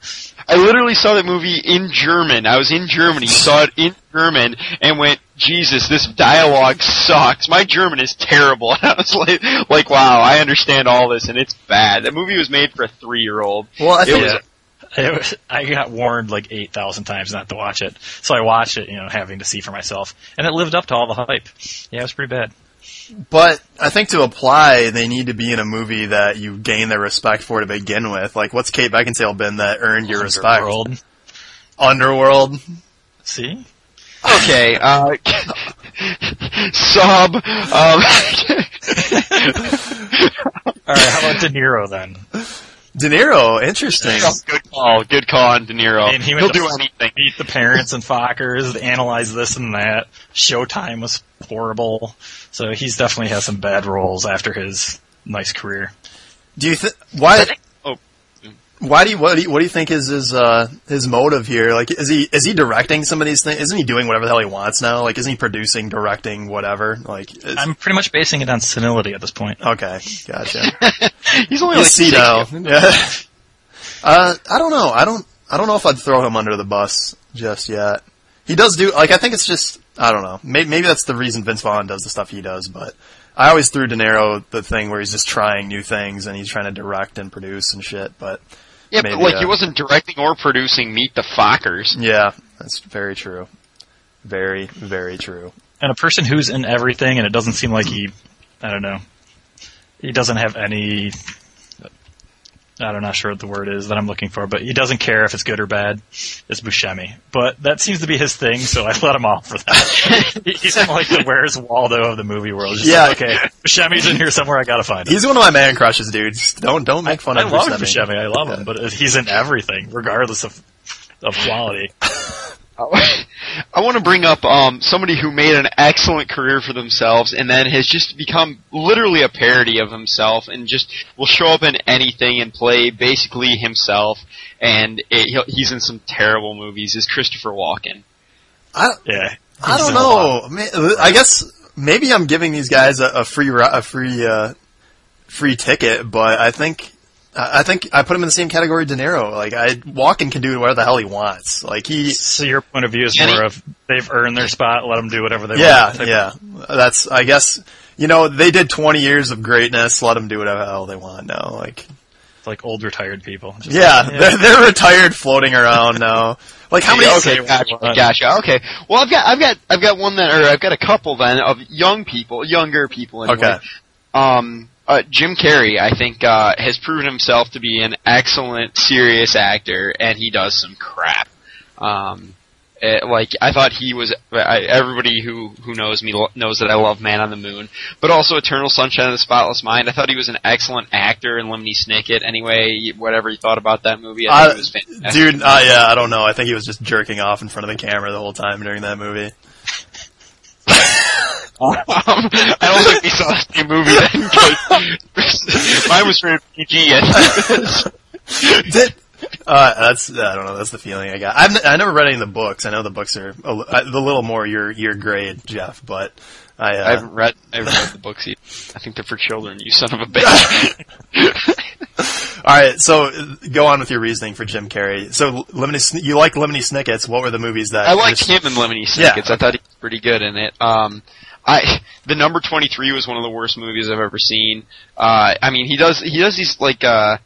Speaker 3: I literally saw that movie in German. I was in Germany, saw it in German, and went, Jesus, this dialogue sucks. My German is terrible. And I was like, like, wow, I understand all this, and it's bad. That movie was made for a three-year-old.
Speaker 1: well I
Speaker 3: It
Speaker 1: think
Speaker 3: was
Speaker 2: It was, I got warned like 8,000 times not to watch it. So I watched it, you know, having to see for myself. And it lived up to all the hype. Yeah, it was pretty bad.
Speaker 1: But I think to apply, they need to be in a movie that you gain their respect for to begin with. Like, what's Kate Beckinsale been that earned your respect?
Speaker 2: Underworld.
Speaker 1: Underworld.
Speaker 2: See?
Speaker 3: Okay, uh, sub, um,
Speaker 2: Alright, how about De Niro then?
Speaker 1: De Niro, interesting.
Speaker 3: good call, good call on De Niro.
Speaker 2: And he
Speaker 3: He'll
Speaker 2: went
Speaker 3: do
Speaker 2: to-
Speaker 3: anything.
Speaker 2: Meet the parents and Fockers, analyze this and that. Showtime was horrible. So he's definitely has some bad roles after his nice career.
Speaker 1: Do you think why?
Speaker 3: Oh.
Speaker 1: Why do you what do you, what do you think is his uh his motive here? Like, is he is he directing some of these things? Isn't he doing whatever the hell he wants now? Like, isn't he producing, directing, whatever? Like, is,
Speaker 2: I'm pretty much basing it on senility at this point.
Speaker 1: okay, gotcha.
Speaker 3: He's only
Speaker 1: You
Speaker 3: like
Speaker 1: see
Speaker 3: six-
Speaker 1: now. Yeah. Uh, I don't know. I don't. I don't know if I'd throw him under the bus just yet. He does do like I think it's just I don't know. Maybe, maybe that's the reason Vince Vaughn does the stuff he does. But I always threw De Niro the thing where he's just trying new things and he's trying to direct and produce and shit. But
Speaker 3: Yeah,
Speaker 1: maybe,
Speaker 3: but like
Speaker 1: uh,
Speaker 3: he wasn't directing or producing Meet the Fockers.
Speaker 1: yeah, that's very true. Very very true.
Speaker 2: and a person who's in everything and it doesn't seem like he I don't know. He doesn't have any I don't know sure what the word is that I'm looking for, but he doesn't care if it's good or bad. It's Buscemi. But that seems to be his thing, so I let him off for that. He- He's kind of like the where's Waldo of the movie world. Just
Speaker 1: Yeah.
Speaker 2: like, okay. Buscemi's in here somewhere, I gotta find him.
Speaker 1: He's one of my man crushes, dude. Just don't don't make fun
Speaker 2: I
Speaker 1: of
Speaker 2: love
Speaker 1: Buscemi.
Speaker 2: Buscemi, I love him, but he's in everything, regardless of of quality.
Speaker 3: I want to bring up um, somebody who made an excellent career for themselves and then has just become literally a parody of himself and just will show up in anything and play basically himself. And it, he'll, he's in some terrible movies. Is Christopher Walken?
Speaker 1: I,
Speaker 2: Yeah.
Speaker 1: I don't know. Ma- I guess maybe I'm giving these guys a, a free ri- a free uh, free ticket, but I think I I think I put him in the same category De Niro. Like I Walken can do whatever the hell he wants. Like he
Speaker 2: So your point of view is
Speaker 3: Any-
Speaker 2: more of they've earned their spot, let them do whatever they
Speaker 1: yeah,
Speaker 2: want.
Speaker 1: yeah. That's I guess you know, they did 20 years of greatness. Let them do whatever the hell they want now. Like
Speaker 2: It's like old retired people. Just
Speaker 1: yeah,
Speaker 2: like,
Speaker 1: they're they're retired floating around now. Like how many
Speaker 3: Okay, gotcha, gotcha. Okay. Well, I've got, I've got, I've got one that, or I've got a couple then of young people, younger people. Anyway.
Speaker 1: Okay.
Speaker 3: Um, uh, Jim Carrey, I think, uh, has proven himself to be an excellent, serious actor, and he does some crap. Um, eh, like I thought he was. I, everybody who who knows me lo- knows that I love Man on the Moon, but also Eternal Sunshine of the Spotless Mind. I thought he was an excellent actor in Lemony Snicket. Anyway, whatever you thought about that movie,
Speaker 1: Uh,
Speaker 3: I think it was fantastic.
Speaker 1: Dude, uh, yeah, I don't know. I think he was just jerking off in front of the camera the whole time during that movie.
Speaker 3: Um, I don't think we saw the same movie then. 'cause Mine was rated PG. And
Speaker 1: Did- uh, that's I don't know. That's the feeling I got. I've n- I never read any of the books. I know the books are a, li- uh, the little more your your grade, Jeff. But I,
Speaker 3: I
Speaker 1: uh,
Speaker 3: haven't read. I haven't read the books. Either. I think they're for children. You son of a bitch.
Speaker 1: all right. So uh, go on with your reasoning for Jim Carrey. So Lemony, Sn- you like Lemony Snickets? What were the movies that?
Speaker 3: I liked
Speaker 1: just-
Speaker 3: him in Lemony
Speaker 1: Yeah.
Speaker 3: Snickets. I thought he was pretty good in it. Um, I the number twenty three was one of the worst movies I've ever seen. Uh, I mean, he does he does these like uh,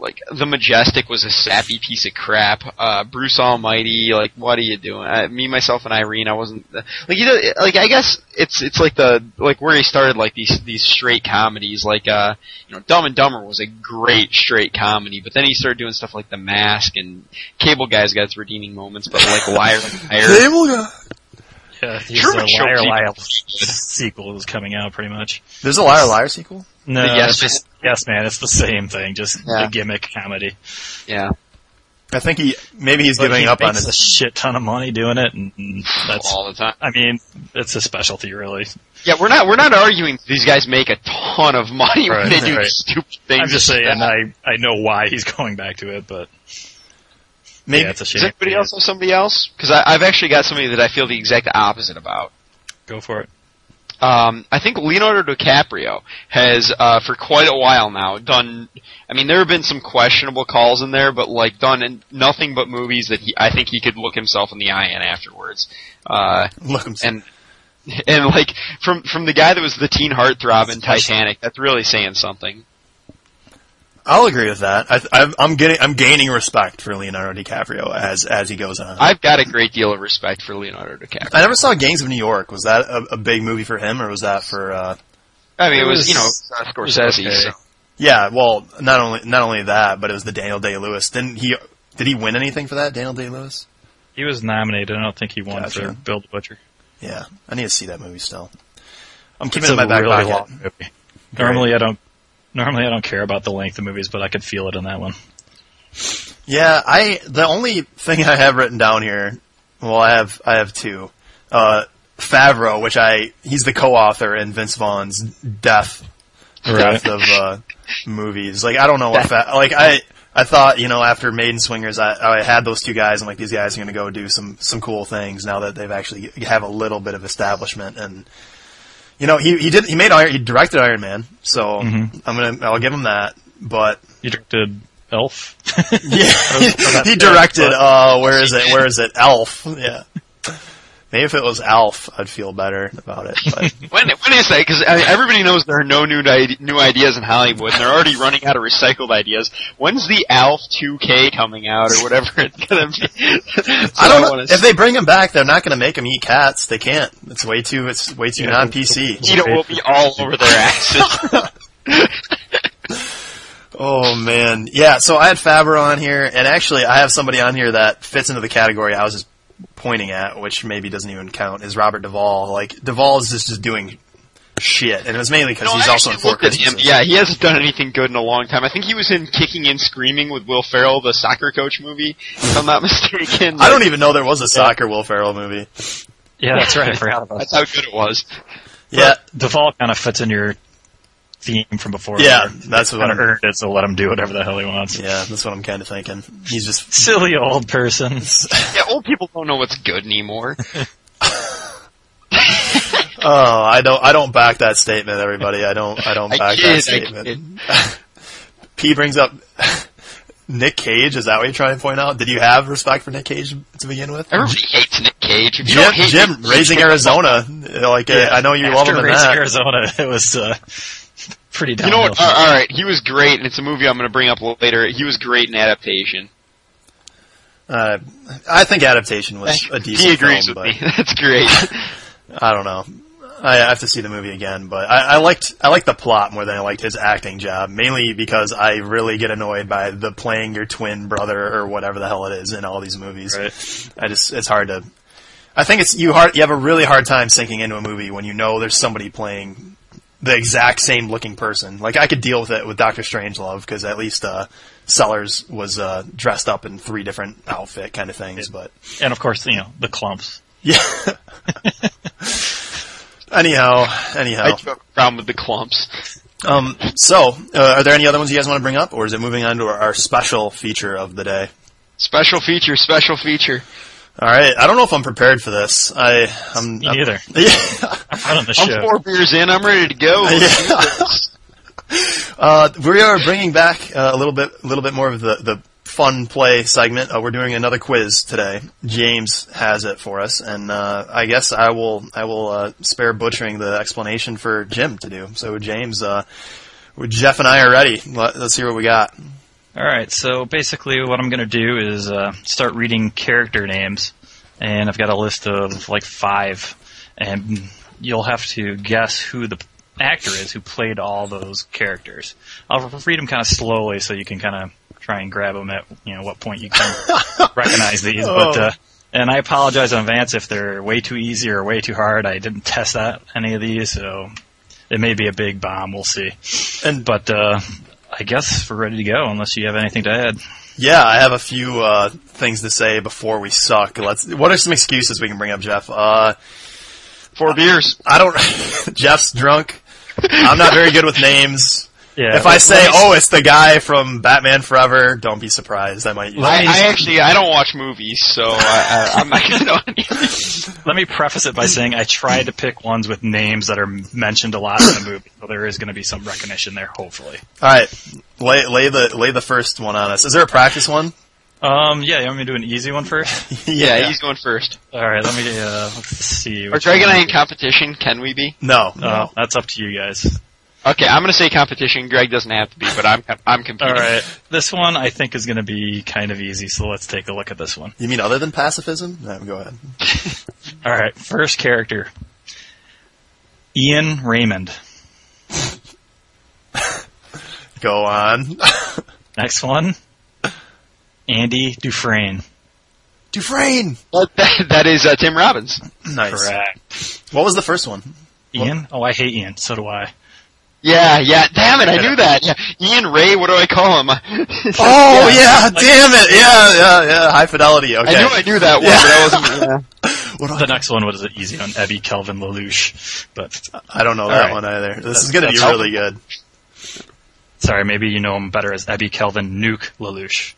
Speaker 3: like the Majestic was a sappy piece of crap. Uh, Bruce Almighty, like what are you doing? I, me, myself, and Irene. I wasn't like you know like I guess it's it's like the like where he started like these these straight comedies like uh you know Dumb and Dumber was a great straight comedy, but then he started doing stuff like The Mask and Cable Guy's got its redeeming moments, but like Liar and Liar.
Speaker 1: Cable Guy.
Speaker 2: Yeah, he's
Speaker 3: Truman
Speaker 2: a
Speaker 3: Show
Speaker 2: liar
Speaker 3: sequel.
Speaker 2: liar sequel is coming out pretty much.
Speaker 1: There's a Liar Liar sequel.
Speaker 2: No,
Speaker 3: The Yes
Speaker 2: it's just yes, man. It's the same thing, just
Speaker 3: Yeah.
Speaker 2: a gimmick comedy.
Speaker 3: Yeah.
Speaker 1: I think he maybe he's
Speaker 2: But
Speaker 1: giving
Speaker 2: he
Speaker 1: up on
Speaker 2: makes
Speaker 1: his
Speaker 2: a shit ton of money doing it, and and that's.
Speaker 3: all the time.
Speaker 2: I mean, it's a specialty, really.
Speaker 3: Yeah, we're not we're not arguing that these guys make a ton of money
Speaker 2: Right,
Speaker 3: when they do
Speaker 2: right.
Speaker 3: stupid things.
Speaker 2: I'm just saying,
Speaker 3: Yeah.
Speaker 2: I I know why he's going back to it, but
Speaker 1: maybe
Speaker 2: yeah, it's a
Speaker 3: Does
Speaker 2: shame.
Speaker 3: anybody else have somebody else? Because I've actually got somebody that I feel the exact opposite about.
Speaker 2: Go for it.
Speaker 3: um, I think Leonardo DiCaprio has, uh, for quite a while now, done. I mean, there have been some questionable calls in there, but like done in nothing but movies that he, I think he could look himself in the eye in afterwards. Uh,
Speaker 1: look him-
Speaker 3: and and like from from the guy that was the teen heartthrob in Titanic, that's really saying something.
Speaker 1: I'll agree with that. I, I, I'm getting I'm gaining respect for Leonardo DiCaprio as as he goes on. I,
Speaker 3: I've got a great deal of respect for Leonardo DiCaprio.
Speaker 1: never saw Gangs of New York. Was that a, a big movie for him, or was that for? Uh,
Speaker 3: I mean, it was,
Speaker 2: was-
Speaker 3: you know uh,
Speaker 2: was
Speaker 3: Scorsese.
Speaker 2: okay.
Speaker 3: So.
Speaker 1: yeah, well, not only not only that, but it was the Daniel Day Lewis. Didn't he? Did he win anything for that? Daniel Day Lewis?
Speaker 2: He was nominated. I don't think he won
Speaker 1: Gotcha.
Speaker 2: for Bill the Butcher.
Speaker 1: Yeah, I need to see that movie still. I'm keeping
Speaker 2: It's
Speaker 1: it in my
Speaker 2: a
Speaker 1: back
Speaker 2: really
Speaker 1: pocket.
Speaker 2: long movie. Normally, I don't. Normally, I don't care about the length of movies, but I could feel it in that one.
Speaker 1: Yeah, I the only thing I have written down here, well, I have I have two. Uh, Favreau, which I he's the co-author in Vince Vaughn's Death
Speaker 2: Right.
Speaker 1: depth of uh, movies. Like I don't know what fa- like I I thought you know after Maiden Swingers I I had those two guys and like these guys are gonna go do some some cool things now that they've actually have a little bit of establishment and you know he he did he made Iron he directed Iron Man so I'm gonna I'll give him that but
Speaker 2: You directed Elf.
Speaker 1: yeah,
Speaker 2: that-
Speaker 1: he
Speaker 2: yeah,
Speaker 1: directed.
Speaker 2: but-
Speaker 1: Uh, where is it? Where is it? Elf. Yeah. Maybe if it was Alf, I'd feel better about it. But
Speaker 3: When, when is that? Because I mean, everybody knows there are no new ide- new ideas in Hollywood, and they're already running out of recycled ideas. When's the Alf 2K coming out, or whatever it's gonna be?
Speaker 1: I don't know
Speaker 3: wanna
Speaker 1: if they bring him back. They're not going to make him eat cats. They can't. It's way too. It's way too
Speaker 2: Yeah.
Speaker 1: non PC.
Speaker 3: see- Keto will be all over their asses.
Speaker 1: Oh man, yeah. So I had Faber on here, and actually, I have somebody on here that fits into the category I was just pointing at, which maybe doesn't even count. Is Robert Duvall? Like Duvall is just, just doing shit, and it was mainly because
Speaker 3: No,
Speaker 1: he's
Speaker 3: I
Speaker 1: also in
Speaker 3: actually
Speaker 1: Four
Speaker 3: looked at him.
Speaker 1: Christmases.
Speaker 3: Yeah, he hasn't done anything good in a long time. I think he was in Kicking and Screaming with Will Ferrell, the soccer coach movie, if I'm not mistaken.
Speaker 1: I don't even know there was a soccer Will Ferrell movie.
Speaker 2: Yeah, that's right. I forgot about
Speaker 3: That's how good it was.
Speaker 1: Yeah,
Speaker 2: Default kind of fits in your theme from before.
Speaker 1: Yeah,
Speaker 2: where
Speaker 1: that's
Speaker 2: he
Speaker 1: what
Speaker 2: kind of
Speaker 1: I'm-
Speaker 2: earned it, so let him do whatever the hell he wants.
Speaker 1: Yeah, that's what I'm kind of thinking. He's just
Speaker 2: Silly old person.
Speaker 3: Yeah, old people don't know what's good anymore.
Speaker 1: oh, I don't I don't back that statement, everybody. I don't I don't
Speaker 3: I
Speaker 1: back
Speaker 3: kid, I
Speaker 1: that statement.
Speaker 3: kid.
Speaker 1: P brings up Nick Cage. Is that what you're trying to point out? Did you have respect for Nick Cage to begin with?
Speaker 3: Everybody hates Nick Cage. If you
Speaker 1: Jim,
Speaker 3: don't hate
Speaker 1: Jim
Speaker 3: Nick Cage,
Speaker 1: raising
Speaker 3: you're-
Speaker 1: Arizona. Like uh, I know you love
Speaker 2: After
Speaker 1: him in
Speaker 2: Raising
Speaker 1: that.
Speaker 2: Arizona, it was uh, pretty
Speaker 3: You
Speaker 2: downhill.
Speaker 3: know what? All all right, he was great, and it's a movie I'm going to bring up later. He was great in adaptation.
Speaker 1: Uh, I think adaptation was a decent.
Speaker 3: he agrees
Speaker 1: film,
Speaker 3: with
Speaker 1: but
Speaker 3: me. That's great.
Speaker 1: I don't know. I have to see the movie again, but I, I liked I liked the plot more than I liked his acting job, mainly because I really get annoyed by the playing your twin brother or whatever the hell it is in all these movies.
Speaker 2: Right.
Speaker 1: I just it's hard to. I think it's you hard you have a really hard time sinking into a movie when you know there's somebody playing the exact same looking person. Like I could deal with it with Doctor Strangelove because at least uh, Sellers was uh, dressed up in three different outfit kind of things, but.
Speaker 2: And of course, you know the clumps.
Speaker 1: Yeah. anyhow, anyhow.
Speaker 3: I do have a problem with the clumps.
Speaker 1: Um, so, uh, are there any other ones you guys want to bring up, or is it moving on to our, our special feature of the day?
Speaker 3: Special feature, special feature.
Speaker 1: All right. I don't know if I'm prepared for this. I, I'm.
Speaker 2: Me neither.
Speaker 1: Yeah.
Speaker 2: Not on the
Speaker 3: I'm
Speaker 2: show.
Speaker 3: four beers in. I'm ready to go. Let's do this.
Speaker 1: Uh, we are bringing back uh, a little bit, a little bit more of the, the fun play segment. Uh, we're doing another quiz today. James has it for us, and uh, I guess I will, I will uh, spare butchering the explanation for Jim to do. So, James, uh, Jeff and I are ready. Let, let's hear what we got.
Speaker 2: All right, so basically, what I'm going to do is uh, start reading character names, and I've got a list of like five, and you'll have to guess who the actor is who played all those characters. I'll read them kind of slowly
Speaker 1: Oh.
Speaker 2: so you can kind of try and grab them at you know what point you can recognize these. But uh, And I apologize in advance if they're way too easy or way too hard. I didn't test out any of these, so it may be a big bomb. We'll see.
Speaker 1: And-
Speaker 2: but uh, I guess we're ready to go, unless you have anything to add.
Speaker 1: Yeah, I have a few uh, things to say before we suck. Let's. What are some excuses we can bring up, Jeff? Uh,
Speaker 3: Four beers.
Speaker 1: I don't. Jeff's drunk. I'm not very good with names.
Speaker 2: Yeah.
Speaker 1: If I
Speaker 2: let-
Speaker 1: say,
Speaker 2: let me-
Speaker 1: "Oh, it's the guy from Batman Forever," don't be surprised. I might. Use
Speaker 3: I,
Speaker 2: Nice.
Speaker 3: I actually I don't watch movies, so I, I, I'm not gonna know anything.
Speaker 2: let me preface it by saying I tried to pick ones with names that are mentioned a lot in the movie, so there is going to be some recognition there, hopefully.
Speaker 1: All right, lay lay the lay the first one on us. Is there a practice one?
Speaker 2: Um, yeah, you want me to do an easy one first?
Speaker 3: Yeah, he's going first.
Speaker 2: All right, let me uh, let's see.
Speaker 3: Are
Speaker 2: which
Speaker 3: Greg and
Speaker 2: one-
Speaker 3: I in competition? Can we be?
Speaker 1: No, no.
Speaker 2: Oh, that's up to you guys.
Speaker 3: Okay, I'm gonna say competition. Greg doesn't have to be, but I'm I'm
Speaker 2: All
Speaker 3: competing.
Speaker 2: right, this one I think is going to be kind of easy, so let's take a look at this one.
Speaker 1: You mean other than pacifism? No, go ahead.
Speaker 2: All right, first character, Ian Raymond.
Speaker 1: Go on.
Speaker 2: Next one, Andy Dufresne.
Speaker 1: Dufresne.
Speaker 3: But that, that is uh, Tim Robbins.
Speaker 1: Nice.
Speaker 2: Correct.
Speaker 1: What was the first one?
Speaker 2: Ian? Oh, I hate Ian. So do I.
Speaker 3: Yeah, yeah. Damn it, I knew that. Yeah, Ian Ray. What do I call him?
Speaker 1: Oh yeah, damn it. Yeah, yeah, yeah. High fidelity. Okay.
Speaker 3: I knew I knew that one, but I wasn't.
Speaker 1: What do I
Speaker 2: The next one was an easy one, Ebby Kelvin Lelouch. But
Speaker 1: I don't know that
Speaker 2: right.
Speaker 1: one either. This
Speaker 2: That's-
Speaker 1: is going to be
Speaker 2: that's-
Speaker 1: really good.
Speaker 2: sorry, maybe you know him better as Ebby Kelvin Nuke Lelouch.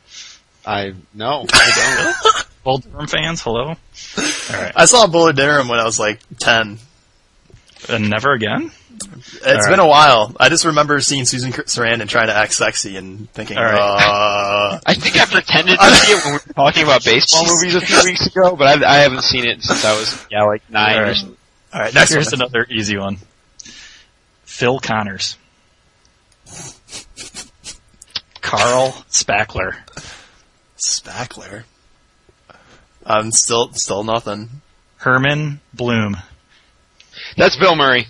Speaker 3: I no, I don't.
Speaker 2: Old Durham fans, hello. All right,
Speaker 1: I saw Bullard Durham when I was like 10.
Speaker 2: and never again.
Speaker 1: It's
Speaker 2: right.
Speaker 1: been a while. I just remember seeing Susan Sarandon and trying to act sexy and thinking,
Speaker 2: All
Speaker 1: uh,
Speaker 3: I think I pretended to see it when we were talking about baseball movies a few weeks ago, but I, I haven't seen it since I was yeah like nine
Speaker 2: All
Speaker 3: or
Speaker 2: right.
Speaker 3: something.
Speaker 1: all right, next
Speaker 2: Here's
Speaker 1: one.
Speaker 2: another easy one. Phil Connors. Carl Spackler.
Speaker 1: Spackler. I'm still, still nothing.
Speaker 2: Herman Bloom.
Speaker 3: That's Bill Murray.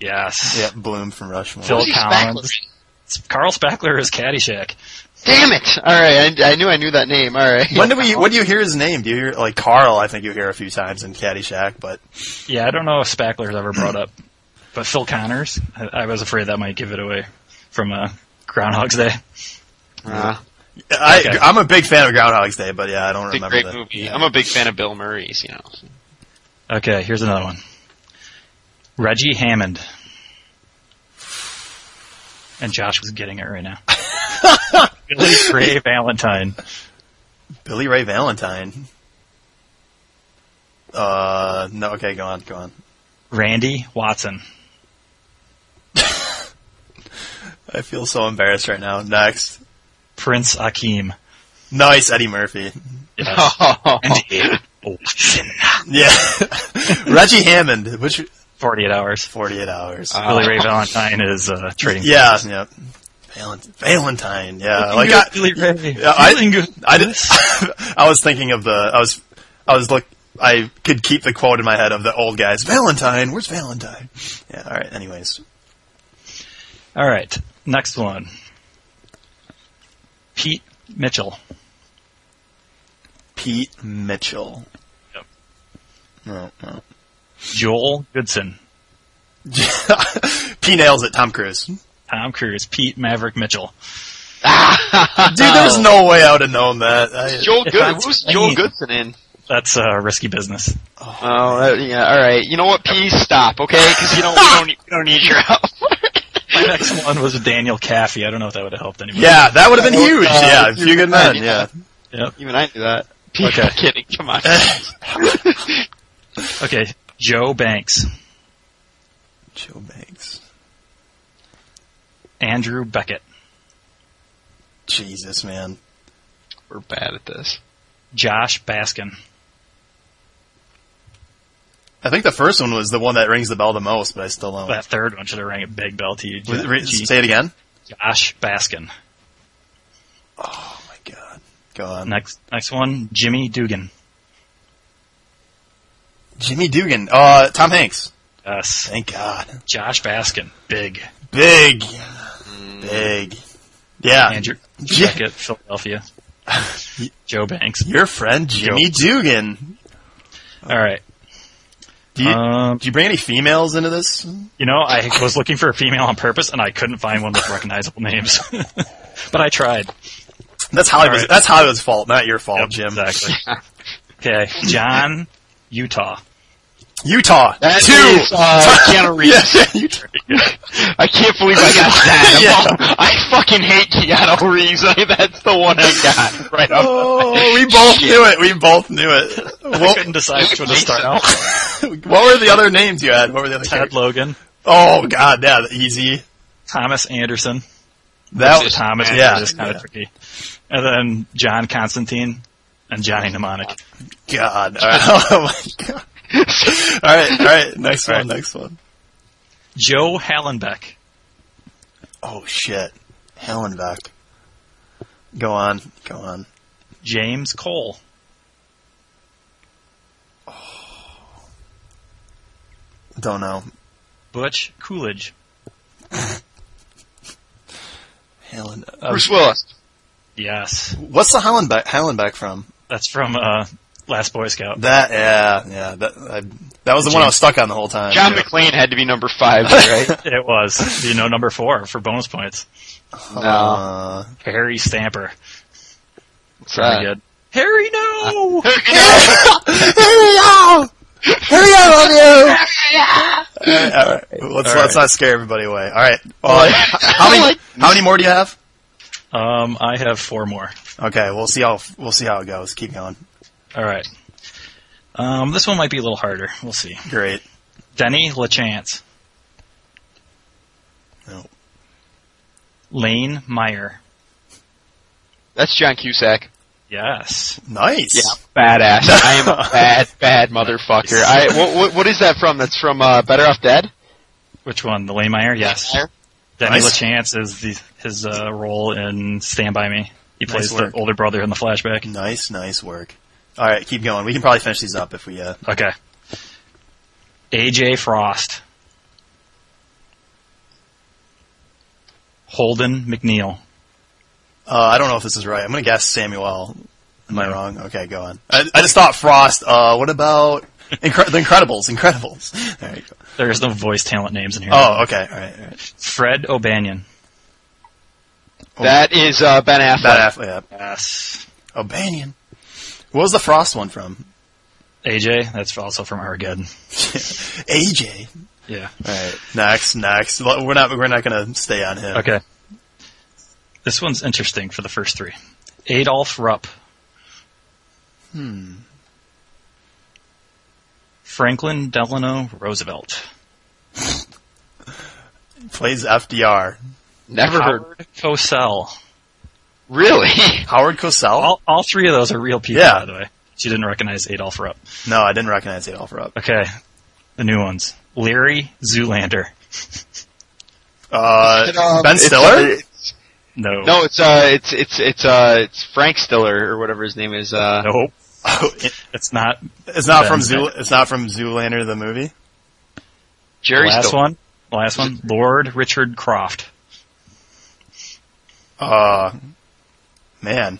Speaker 2: Yes.
Speaker 1: Yeah, Bloom from Rushmore.
Speaker 2: Phil
Speaker 3: Who's he,
Speaker 2: Collins. Carl Spackler is Caddyshack.
Speaker 3: Damn it! All right, I, I knew I knew that name. All right.
Speaker 1: When do we? When do you hear his name? Do you hear like Carl? I think you hear a few times in Caddyshack, but
Speaker 2: Yeah, I don't know if Spackler's ever brought up, but Phil Connors. I, I was afraid that might give it away from uh, Groundhog's Day.
Speaker 3: Uh,
Speaker 1: I,
Speaker 2: Okay.
Speaker 1: I'm a big fan of Groundhog's Day. But yeah, I don't
Speaker 3: it's a
Speaker 1: remember
Speaker 3: great
Speaker 1: that.
Speaker 3: movie. I'm a big fan of Bill Murray's. You know.
Speaker 2: Okay, here's another one. Reggie Hammond. And Josh was getting it right now. Billy Ray Valentine.
Speaker 1: Billy Ray Valentine. Uh, no. Okay, go on, go on.
Speaker 2: Randy Watson.
Speaker 1: I feel so embarrassed right now. Next,
Speaker 2: Prince Akeem.
Speaker 1: nice Eddie Murphy. Oh.
Speaker 2: Yeah. Randy Watson.
Speaker 1: Yeah, Reggie Hammond. Which
Speaker 2: 48 hours.
Speaker 1: 48 hours.
Speaker 3: Uh,
Speaker 2: Billy Ray Valentine is uh, trading.
Speaker 1: yeah, yeah. Valent- Valentine. Yeah, like
Speaker 2: Feeling
Speaker 1: I,
Speaker 2: good, Billy Ray.
Speaker 1: Yeah, I-
Speaker 2: Feeling good.
Speaker 1: I did, I was thinking of the. I was. I was look. I could keep the quote in my head of the old guys. Valentine. Where's Valentine? Yeah. All right. Anyways.
Speaker 2: All right, next one. Pete Mitchell.
Speaker 1: Pete Mitchell. Oh,
Speaker 2: Yep.
Speaker 1: No, no.
Speaker 2: Joel Goodson.
Speaker 1: P nails it. Tom Cruise. Dude,
Speaker 2: Tom Cruise. Pete Maverick Mitchell. Oh.
Speaker 1: there's no way I would have known that. I,
Speaker 3: Joel
Speaker 2: If
Speaker 3: Good.
Speaker 2: that's
Speaker 3: Who's
Speaker 2: clean.
Speaker 3: Joel Goodson in?
Speaker 2: That's uh, risky business.
Speaker 3: Oh, that- yeah. All right. You know what? Please stop, okay? Because you don't we don't, need, we don't need your help.
Speaker 2: My next one was Daniel Caffey. I don't know if that would have helped anybody.
Speaker 1: yeah, that would have been
Speaker 3: Uh,
Speaker 1: huge. yeah,
Speaker 3: if
Speaker 1: if you
Speaker 3: you're
Speaker 1: good
Speaker 3: good,
Speaker 1: man. Yeah.
Speaker 2: Yep.
Speaker 3: Even I knew that.
Speaker 2: Okay.
Speaker 3: I'm kidding. Come on.
Speaker 2: Okay. Joe Banks.
Speaker 1: Joe Banks.
Speaker 2: Andrew Beckett.
Speaker 1: Jesus, man.
Speaker 3: We're bad at this.
Speaker 2: Josh Baskin.
Speaker 1: I think the first one was the one that rings the bell the most, but I still don't.
Speaker 2: That third one should have rang a big bell to you.
Speaker 1: Re- re-
Speaker 2: Gee,
Speaker 1: Say it again.
Speaker 2: Josh Baskin.
Speaker 1: Oh my God. Go on.
Speaker 2: Next, next one, Jimmy Dugan.
Speaker 1: Jimmy Dugan. Uh, Tom Hanks.
Speaker 2: Yes.
Speaker 1: Thank God.
Speaker 2: Josh Baskin. Big.
Speaker 1: Big. Big. Yeah.
Speaker 2: Andrew
Speaker 1: Yeah.
Speaker 2: Beckett, Philadelphia. Joe Banks.
Speaker 1: Your friend Jimmy Dugan.
Speaker 2: All right.
Speaker 1: Do you,
Speaker 2: Um,
Speaker 1: do you bring any females into this?
Speaker 2: You know, I was looking for a female on purpose, and I couldn't find one with recognizable names. but I tried.
Speaker 1: That's Hollywood's.
Speaker 2: Alright.
Speaker 1: That's Hollywood's fault, not your fault, Jim.
Speaker 2: Exactly. Okay, John, Utah.
Speaker 1: Utah
Speaker 3: That
Speaker 1: two.
Speaker 3: is, uh, Keanu Reeves.
Speaker 1: Yeah, Utah.
Speaker 3: I can't believe I got that. I fucking hate Keanu Reeves. Like, that's the one I got right off.
Speaker 1: Oh, we both knew it. We both knew it.
Speaker 2: I
Speaker 1: What,
Speaker 2: couldn't decide which one to start
Speaker 3: Jason.
Speaker 2: out.
Speaker 1: what were the other names you had? What were the other?
Speaker 2: Ted
Speaker 1: characters?
Speaker 2: Logan,
Speaker 1: Oh God, yeah, easy.
Speaker 2: Thomas Anderson.
Speaker 1: That
Speaker 3: Which
Speaker 1: was
Speaker 3: is-
Speaker 2: Thomas
Speaker 1: Yeah.
Speaker 2: Anderson is kind
Speaker 1: Yeah.
Speaker 2: of tricky. And then John Constantine and Johnny Mnemonic.
Speaker 1: God. All right. Oh my God. All right. All right. Next one. Next one.
Speaker 2: Joe Hallenbeck.
Speaker 1: Oh shit. Helen Beck. Go on. Go on.
Speaker 2: James Cole.
Speaker 1: Don't know.
Speaker 2: Butch Coolidge.
Speaker 1: Helen. Uh,
Speaker 3: Bruce Willis.
Speaker 2: Yes.
Speaker 1: what's the Helen Beck? Helen Beck from?
Speaker 2: That's from uh, Last Boy Scout.
Speaker 1: That. Yeah. Yeah. That. I, that was the one I was stuck on the whole time.
Speaker 3: John
Speaker 1: Yeah.
Speaker 3: McClane had to be number five, right?
Speaker 2: It was, you know, number four for bonus points.
Speaker 1: Uh,
Speaker 2: Harry Stamper.
Speaker 3: What's
Speaker 2: Pretty
Speaker 3: that?
Speaker 2: good. Harry, no!
Speaker 1: all right. Let's
Speaker 2: All
Speaker 1: let's
Speaker 2: right.
Speaker 1: not scare everybody away. All right. Well, how many how many more do you have?
Speaker 2: Um, I have four more.
Speaker 1: Okay, we'll see how we'll see how it goes. Keep going.
Speaker 2: All right. Um, this one might be a little harder. We'll see.
Speaker 1: Great.
Speaker 2: Denny LaChance.
Speaker 1: No.
Speaker 2: Lane Meyer.
Speaker 3: That's John Cusack.
Speaker 2: Yes.
Speaker 1: Nice.
Speaker 3: Yeah, badass. I am a bad, bad motherfucker. I what, what, what is that from? That's from uh, Better Off Dead.
Speaker 2: Which one? The Lane Meyer? Yes. Denny
Speaker 1: Nice.
Speaker 2: LaChance is the, his uh, role in Stand By Me. He plays the
Speaker 1: work.
Speaker 2: older brother in the flashback.
Speaker 1: Nice, nice work. All right, keep going. We can probably finish these up if we. Uh,
Speaker 2: Okay. AJ Frost. Holden McNeil.
Speaker 1: uh, I don't know if this is right. I'm gonna guess Samuel. Am I wrong? Okay, go on. I, I just thought Frost. Uh, what about Incre- the Incredibles? Incredibles. All right.
Speaker 2: There is no voice talent names in here.
Speaker 1: Oh, okay. All right. All right.
Speaker 2: Fred O'Banion.
Speaker 3: That is uh, Ben Affleck.
Speaker 1: That aff- yeah.
Speaker 2: Yes.
Speaker 1: O'Banion. What was Oh, the Frost one from?
Speaker 2: AJ, that's also from Armageddon.
Speaker 1: AJ.
Speaker 2: Yeah.
Speaker 1: All right. Next, next. Well, We're not. We're not gonna stay on him.
Speaker 2: Okay. This one's interesting for the first three. Adolf Rupp. Hmm. Franklin Delano Roosevelt.
Speaker 1: Plays FDR.
Speaker 3: Never heard.
Speaker 2: Howard Cosell.
Speaker 3: Really?
Speaker 1: Howard Cosell.
Speaker 2: All, all three of those are real people,
Speaker 1: Yeah.
Speaker 2: by the way. She didn't recognize Adolf Rupp.
Speaker 1: No, I didn't recognize Adolf Rupp.
Speaker 2: Okay. The new ones. Larry Zoolander.
Speaker 1: Uh,
Speaker 3: But, um,
Speaker 1: ben
Speaker 3: it's,
Speaker 1: Stiller.
Speaker 3: uh, it's-
Speaker 2: No.
Speaker 3: no, it's uh, it's it's it's uh, it's Frank Stiller or whatever his name is. Uh,
Speaker 2: Nope.
Speaker 1: Oh,
Speaker 2: It's not.
Speaker 1: It's not
Speaker 2: Ben
Speaker 1: from Zoo.
Speaker 2: Stiller.
Speaker 1: It's not from Zoolander the movie.
Speaker 3: Jerry
Speaker 2: last
Speaker 3: Stiller.
Speaker 2: one. Last one. Lord Richard Croft.
Speaker 1: Uh, man.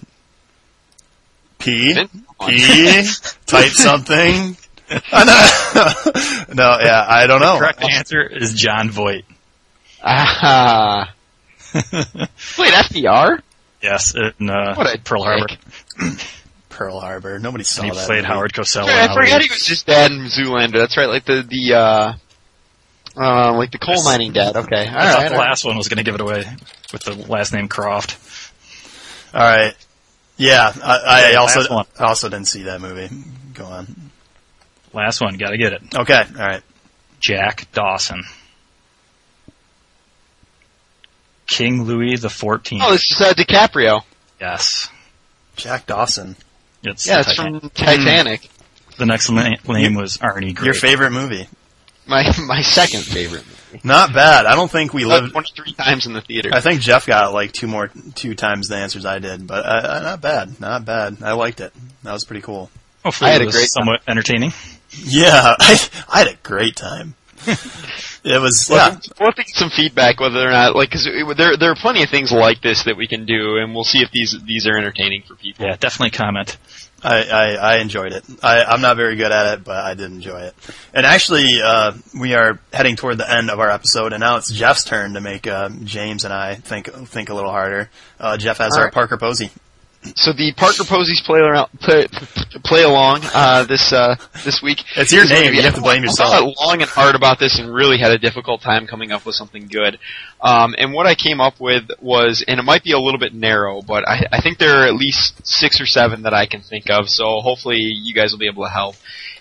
Speaker 1: P P type something. Oh, no. no, yeah, I don't
Speaker 3: Oh,
Speaker 1: know.
Speaker 2: Correct answer is John Voight.
Speaker 3: Ah. Wait, FDR.
Speaker 2: Yes, in uh,
Speaker 3: What a
Speaker 2: Pearl Harbor.
Speaker 3: dick.
Speaker 1: Pearl Harbor. Nobody saw
Speaker 2: He
Speaker 1: Oh, that.
Speaker 2: played
Speaker 1: movie.
Speaker 2: Howard Cosell.
Speaker 3: Sorry,
Speaker 2: in
Speaker 3: I forgot
Speaker 2: Howard.
Speaker 3: he was just dad in Zoolander. That's right, like the the uh, uh, like the coal
Speaker 2: Yes.
Speaker 3: mining dad. Okay, all
Speaker 2: I thought
Speaker 3: right.
Speaker 2: the
Speaker 3: all right.
Speaker 2: last one was going to give it away with the last name Croft.
Speaker 1: All right. Yeah, I, I
Speaker 2: Okay,
Speaker 1: also
Speaker 2: last one.
Speaker 1: I also didn't see that movie. Go on.
Speaker 2: Last one, got to get it.
Speaker 1: Okay. All right.
Speaker 2: Jack Dawson. King Louis the Fourteenth.
Speaker 3: Oh, this is uh, DiCaprio.
Speaker 2: yes,
Speaker 1: Jack Dawson.
Speaker 2: it's
Speaker 3: Yeah,
Speaker 2: the
Speaker 3: it's
Speaker 2: Titanic.
Speaker 3: from Titanic.
Speaker 2: The next na- name was Arnie. Gray.
Speaker 1: Your favorite movie?
Speaker 3: My my second favorite. Movie.
Speaker 1: Not bad. I don't think we
Speaker 3: Lived
Speaker 1: lived.
Speaker 3: one three times in the theater.
Speaker 1: I think Jeff got like two more, two times the answers I did, but uh, uh, not bad, not bad. I liked it. That was pretty cool.
Speaker 2: Hopefully,
Speaker 3: I had
Speaker 2: it
Speaker 3: a
Speaker 2: was
Speaker 3: great
Speaker 2: somewhat entertaining.
Speaker 1: Yeah, I, I had a great time. It was
Speaker 3: Well,
Speaker 1: yeah.
Speaker 3: yeah. We'll have to get some feedback whether or not, like, because there there are plenty of things like this that we can do, and we'll see if these these are entertaining for people.
Speaker 2: Yeah, definitely comment.
Speaker 1: I, I, I enjoyed it. I, I'm not very good at it, but I did enjoy it. And actually, uh, we are heading toward the end of our episode, and now it's Jeff's turn to make uh, James and I think think a little harder. Uh, Jeff has
Speaker 3: All
Speaker 1: our
Speaker 3: right.
Speaker 1: Parker Posey.
Speaker 3: So the Parker Posies play around, play, play along uh, this uh, this week.
Speaker 1: It's your
Speaker 3: is going
Speaker 1: name.
Speaker 3: be-
Speaker 1: You have to blame
Speaker 3: I
Speaker 1: yourself.
Speaker 3: thought long and hard about this, and really had a difficult time coming up with something good. Um, and what I came up with was, and it might be a little bit narrow, but I, I think there are at least six or seven that I can think of. So hopefully you guys will be able to help.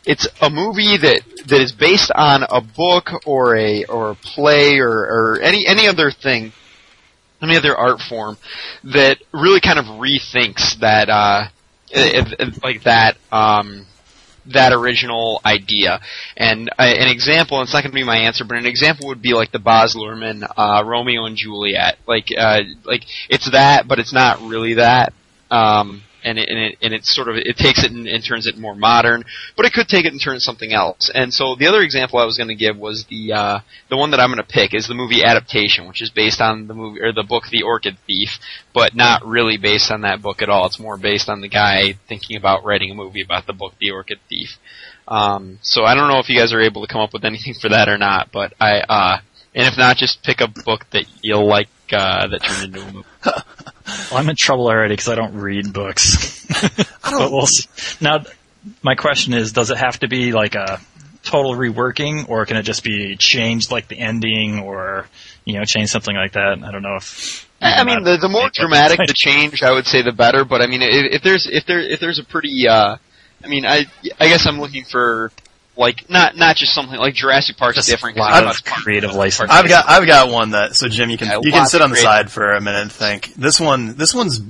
Speaker 3: It's a movie that that is based on a book or a or a play or, or any any other thing any other art form that really kind of rethinks that uh, if- if- like that um, that original idea. And uh, an example, it's not going to be my answer, but an example would be like the Baz Luhrmann uh, Romeo and Juliet. Like uh, like it's that, but it's not really that. Um, and it, and it and it sort of it takes it and, and turns it more modern, but it could take it and turn it something else. And so the other example I was going to give was the uh, the one that I'm going to pick is the movie adaptation, which is based on the movie or the book The Orchid Thief, but not really based on that book at all. It's more based on the guy thinking about writing a movie about the book The Orchid Thief. Um, so I don't know if you guys are able to come up with anything for that or not, but I uh, and if not, just pick a book that you'll like uh, that turned into a movie.
Speaker 2: Well, I'm in trouble already because I don't read books. but we'll see. Now, my question is, does it have to be like a total reworking, or can it just be changed, like the ending, or you know, change something like that? I don't know if.
Speaker 3: I I mean, the, the more dramatic the change, I would say, the better. But I mean, if, if there's if there if there's a pretty, uh, I mean, I I guess I'm looking for like not not just something like Jurassic Park's
Speaker 2: Just
Speaker 3: different.
Speaker 2: a
Speaker 3: 'cause
Speaker 2: lot
Speaker 3: it's
Speaker 2: of
Speaker 3: about-
Speaker 2: creative license.
Speaker 1: I've got I've got one that so Jim you can
Speaker 3: Yeah,
Speaker 1: you can
Speaker 3: lots
Speaker 1: sit
Speaker 3: of
Speaker 1: on the
Speaker 3: great-
Speaker 1: side for a minute and think. This one this one's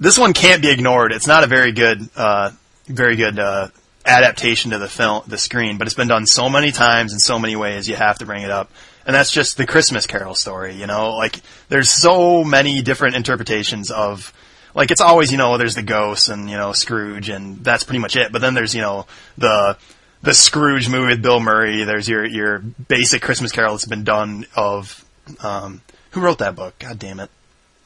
Speaker 1: this one can't be ignored. It's not a very good uh, very good uh, adaptation to the film the screen, but it's been done so many times in so many ways you have to bring it up. And that's just the Christmas Carol story, you know? Like there's so many different interpretations of like it's always, you know, there's the ghost and, you know, Scrooge and that's pretty much it. But then there's, you know, the the Scrooge movie with Bill Murray. There's your your basic Christmas Carol that's been done of um, who wrote that book? God damn it,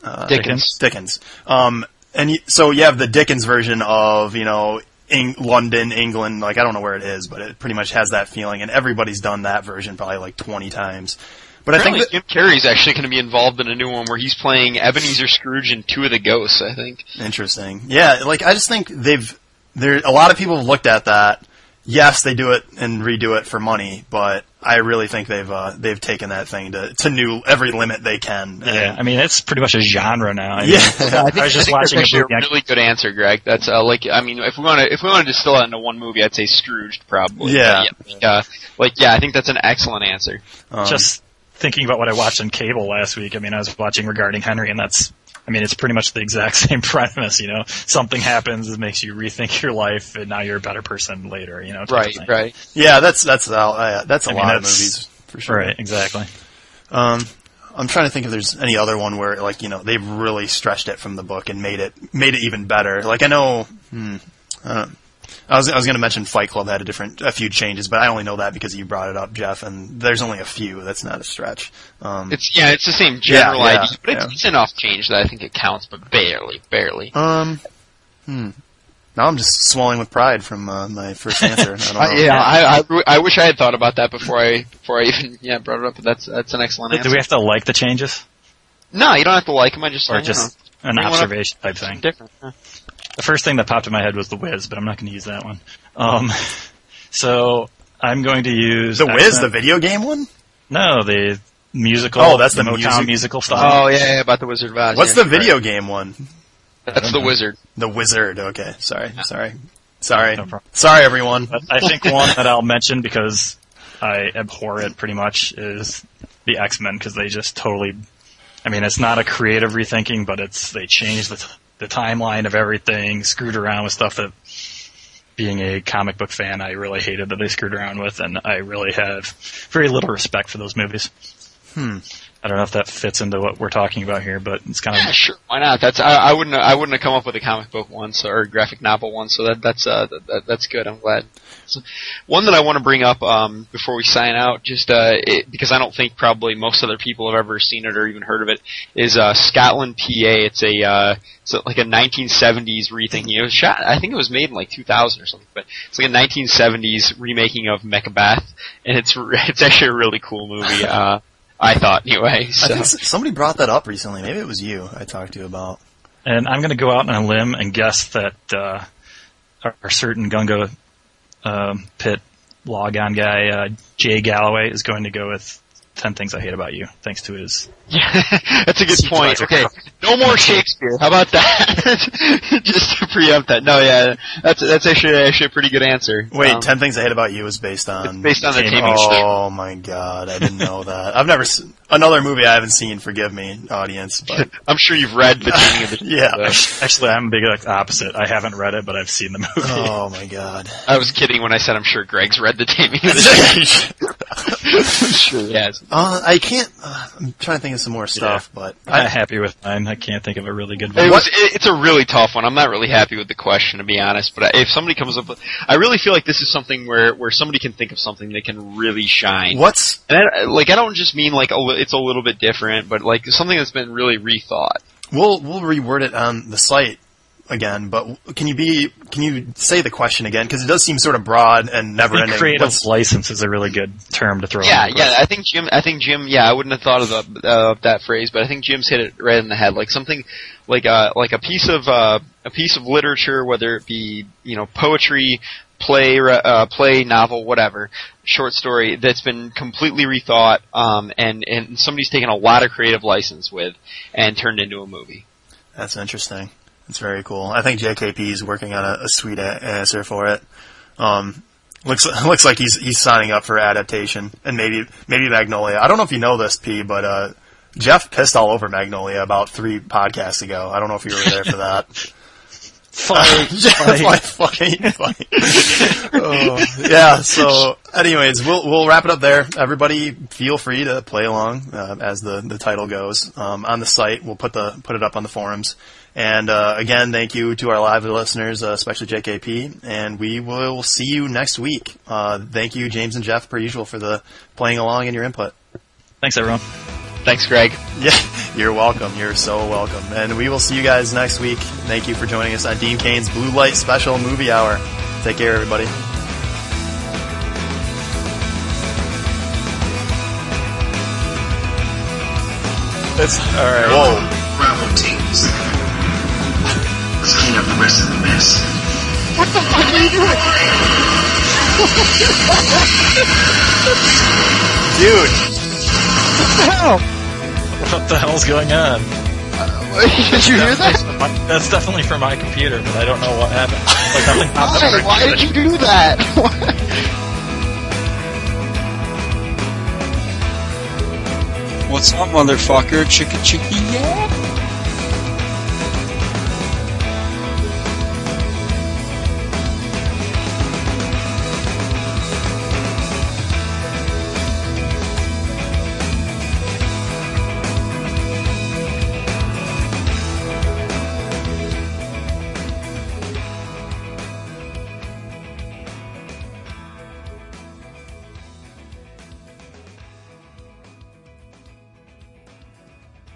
Speaker 1: Uh,
Speaker 3: Dickens.
Speaker 1: Dickens. Um, and you, so you have the Dickens version of you know Eng- London, England. Like I don't know where it is, but it pretty much has that feeling. And everybody's done that version probably like 20 times. But I think
Speaker 3: Apparently,
Speaker 1: that,
Speaker 3: Jim Carrey's actually going to be involved in a new one where he's playing Ebenezer Scrooge and two of the ghosts. I think.
Speaker 1: Interesting. Yeah, like I just think they've there a lot of people have looked at that. Yes, they do it and redo it for money, but I really think they've uh, they've taken that thing to to new every limit they can.
Speaker 2: Yeah, I mean, it's pretty much a genre now. I mean,
Speaker 1: Yeah.
Speaker 2: I was
Speaker 3: I
Speaker 2: just
Speaker 3: think that's
Speaker 2: watching a
Speaker 3: actually
Speaker 2: movie.
Speaker 3: a really good answer, Greg. That's uh, like I mean, if we want to if we want to distill it into one movie, I'd say Scrooged probably.
Speaker 1: Yeah.
Speaker 3: But yeah, uh, like yeah, I think that's an excellent answer.
Speaker 1: Um,
Speaker 2: just thinking about what I watched on cable last week. I mean, I was watching Regarding Henry, and that's, I mean, it's pretty much the exact same premise. You know, something happens that makes you rethink your life, and now you're a better person later. You know, type of
Speaker 3: Right,
Speaker 2: thing.
Speaker 3: right.
Speaker 1: yeah, that's that's a, uh, that's a
Speaker 2: I mean,
Speaker 1: lot of
Speaker 2: that's-
Speaker 1: movies for sure.
Speaker 2: right, exactly.
Speaker 1: Um, I'm trying to think if there's any other one where like you know they've really stretched it from the book and made it made it even better. Like I know, hmm, I, don't, I was I was going to mention Fight Club had a different a few changes, but I only know that because you brought it up, Jeff. And there's only a few. That's not a stretch. Um,
Speaker 3: It's yeah, it's the same general
Speaker 1: Yeah, yeah,
Speaker 3: idea, but it's,
Speaker 1: yeah.
Speaker 3: it's enough change that I think it counts, but barely, barely.
Speaker 1: um, hmm. Now I'm just swelling with pride from uh, my first answer. Uh, I don't know.
Speaker 3: I, yeah, I, I re- I wish I had thought about that before I before I even yeah brought it up. But that's that's an excellent
Speaker 2: Do
Speaker 3: answer.
Speaker 2: we have to like the changes,
Speaker 3: no, you don't have to like him. I just
Speaker 2: or
Speaker 3: I don't
Speaker 2: just an
Speaker 3: Bring one up.
Speaker 2: observation type
Speaker 3: know.
Speaker 2: thing?
Speaker 3: different. huh?
Speaker 2: The first thing that popped in my head was the Wiz, but I'm not going to use that one. Um, so I'm going to use
Speaker 1: The Wiz, the
Speaker 2: accent-
Speaker 1: video game one.
Speaker 2: no, the musical.
Speaker 1: Oh, that's the
Speaker 2: Motown
Speaker 1: music-
Speaker 2: musical style.
Speaker 3: Oh yeah, yeah, about the Wizard of Oz.
Speaker 1: What's
Speaker 3: yeah.
Speaker 1: the video game one?
Speaker 3: That's the Wizard.
Speaker 1: The Wizard. Okay, sorry, sorry, sorry,
Speaker 2: No problem.
Speaker 1: sorry, everyone.
Speaker 2: But I think one that I'll mention because I abhor it pretty much is the X Men because they just totally. I mean, it's not a creative rethinking, but it's they changed the t- the timeline of everything, screwed around with stuff that. Being a comic book fan, I really hated that they screwed around with, and I really have very little respect for those movies. I don't know if that fits into what we're talking about here, but it's kind
Speaker 3: Yeah,
Speaker 2: of
Speaker 3: sure. Why not? That's I, I wouldn't I wouldn't have come up with a comic book one so, or a graphic novel one. So that that's uh that- that, that's good. I'm glad. So, one that I want to bring up um before we sign out, just uh it, because I don't think probably most other people have ever seen it or even heard of it, is uh Scotland, PA. It's a uh it's like a 1970s rethinking. It was shot. I think it was made in like 2000 or something, but it's like a 1970s remaking of Macbeth, and it's re- it's actually a really cool movie. Uh, I thought anyway.
Speaker 1: I
Speaker 3: So.
Speaker 1: think s- somebody brought that up recently. Maybe it was you I talked to about.
Speaker 2: And I'm going to go out on a limb and guess that uh, our, our certain Gungo um, Pit logon guy, uh, Jay Galloway, is going to go with 10 Things I Hate About You, thanks to his.
Speaker 3: Yeah, that's a good point.
Speaker 2: Supervisor.
Speaker 3: Okay, no more Shakespeare. How about that? Just to preempt that. No, yeah, that's that's actually actually a pretty good answer.
Speaker 1: Wait,
Speaker 3: Um,
Speaker 1: Ten Things I Hate About You was based on.
Speaker 3: based on the
Speaker 2: Taming-
Speaker 3: taming. of-
Speaker 1: Oh my god, I didn't know that. I've never seen another movie I haven't seen. Forgive me, audience. But
Speaker 3: I'm sure you've read the taming of the.
Speaker 1: yeah.
Speaker 2: Actually, I'm big like the opposite. I haven't read it, but I've seen the movie.
Speaker 1: Oh my god.
Speaker 3: I was kidding when I said I'm sure Greg's read the taming of the. sure, yes.
Speaker 1: uh, I can't. Uh, I'm trying to think of some more stuff, but
Speaker 2: I'm
Speaker 1: I,
Speaker 2: happy with mine. I can't think of a really good one.
Speaker 3: It was, it, it's a really tough one. I'm not really happy with the question, to be honest. But if somebody comes up with, I really feel like this is something where where somebody can think of something that can really shine.
Speaker 1: what's
Speaker 3: And I, like I don't just mean like a, li- it's a little bit different, but like something that's been really rethought.
Speaker 1: We'll we'll reword it on the site again, but can you be can you say the question again? Because it does seem sort of broad and never
Speaker 2: I think
Speaker 1: ending.
Speaker 2: creative
Speaker 1: What's-
Speaker 2: license is a really good term to throw.
Speaker 3: Yeah,
Speaker 2: in.
Speaker 3: yeah. I think Jim. I think Jim. Yeah, I wouldn't have thought of the, uh, of that phrase, but I think Jim's hit it right in the head. Like something, like a like a piece of uh, a piece of literature, whether it be you know poetry, play, uh, play, novel, whatever, short story that's been completely rethought, um, and and somebody's taken a lot of creative license with and turned into a movie.
Speaker 1: That's interesting. That's very cool. I think JKP is working on a, a sweet a- answer for it. Um, looks looks like he's he's signing up for adaptation and maybe maybe Magnolia. I don't know if you know this, P, but uh, Jeff pissed all over Magnolia about three podcasts ago. I don't know if you were there for that.
Speaker 2: Fight,
Speaker 1: Just
Speaker 2: fight.
Speaker 1: like fucking fight. Oh, yeah. So, anyways, we'll we'll wrap it up there. Everybody, feel free to play along uh, as the the title goes um, on the site. We'll put the put it up on the forums. And uh, again, thank you to our live listeners, uh, especially JKP. And we will see you next week. Uh, thank you, James and Jeff, per usual, for the playing along and your input.
Speaker 2: Thanks, everyone.
Speaker 3: Thanks, Greg.
Speaker 1: Yeah, you're welcome. You're so welcome. And we will see you guys next week. Thank you for joining us on Dean Kane's Blue Light Special Movie Hour. Take care, everybody. It's all right. Whoa.
Speaker 4: Bravo teams. Let's clean up the rest of the mess.
Speaker 1: Dude.
Speaker 2: What the hell's going on?
Speaker 3: Did you hear that?
Speaker 2: That's definitely from my computer, but I don't know what happened. Like
Speaker 3: Oh,
Speaker 2: nothing popped up.
Speaker 3: Why? Why did you do that?
Speaker 5: What's up, motherfucker? Chicka chicka yeah.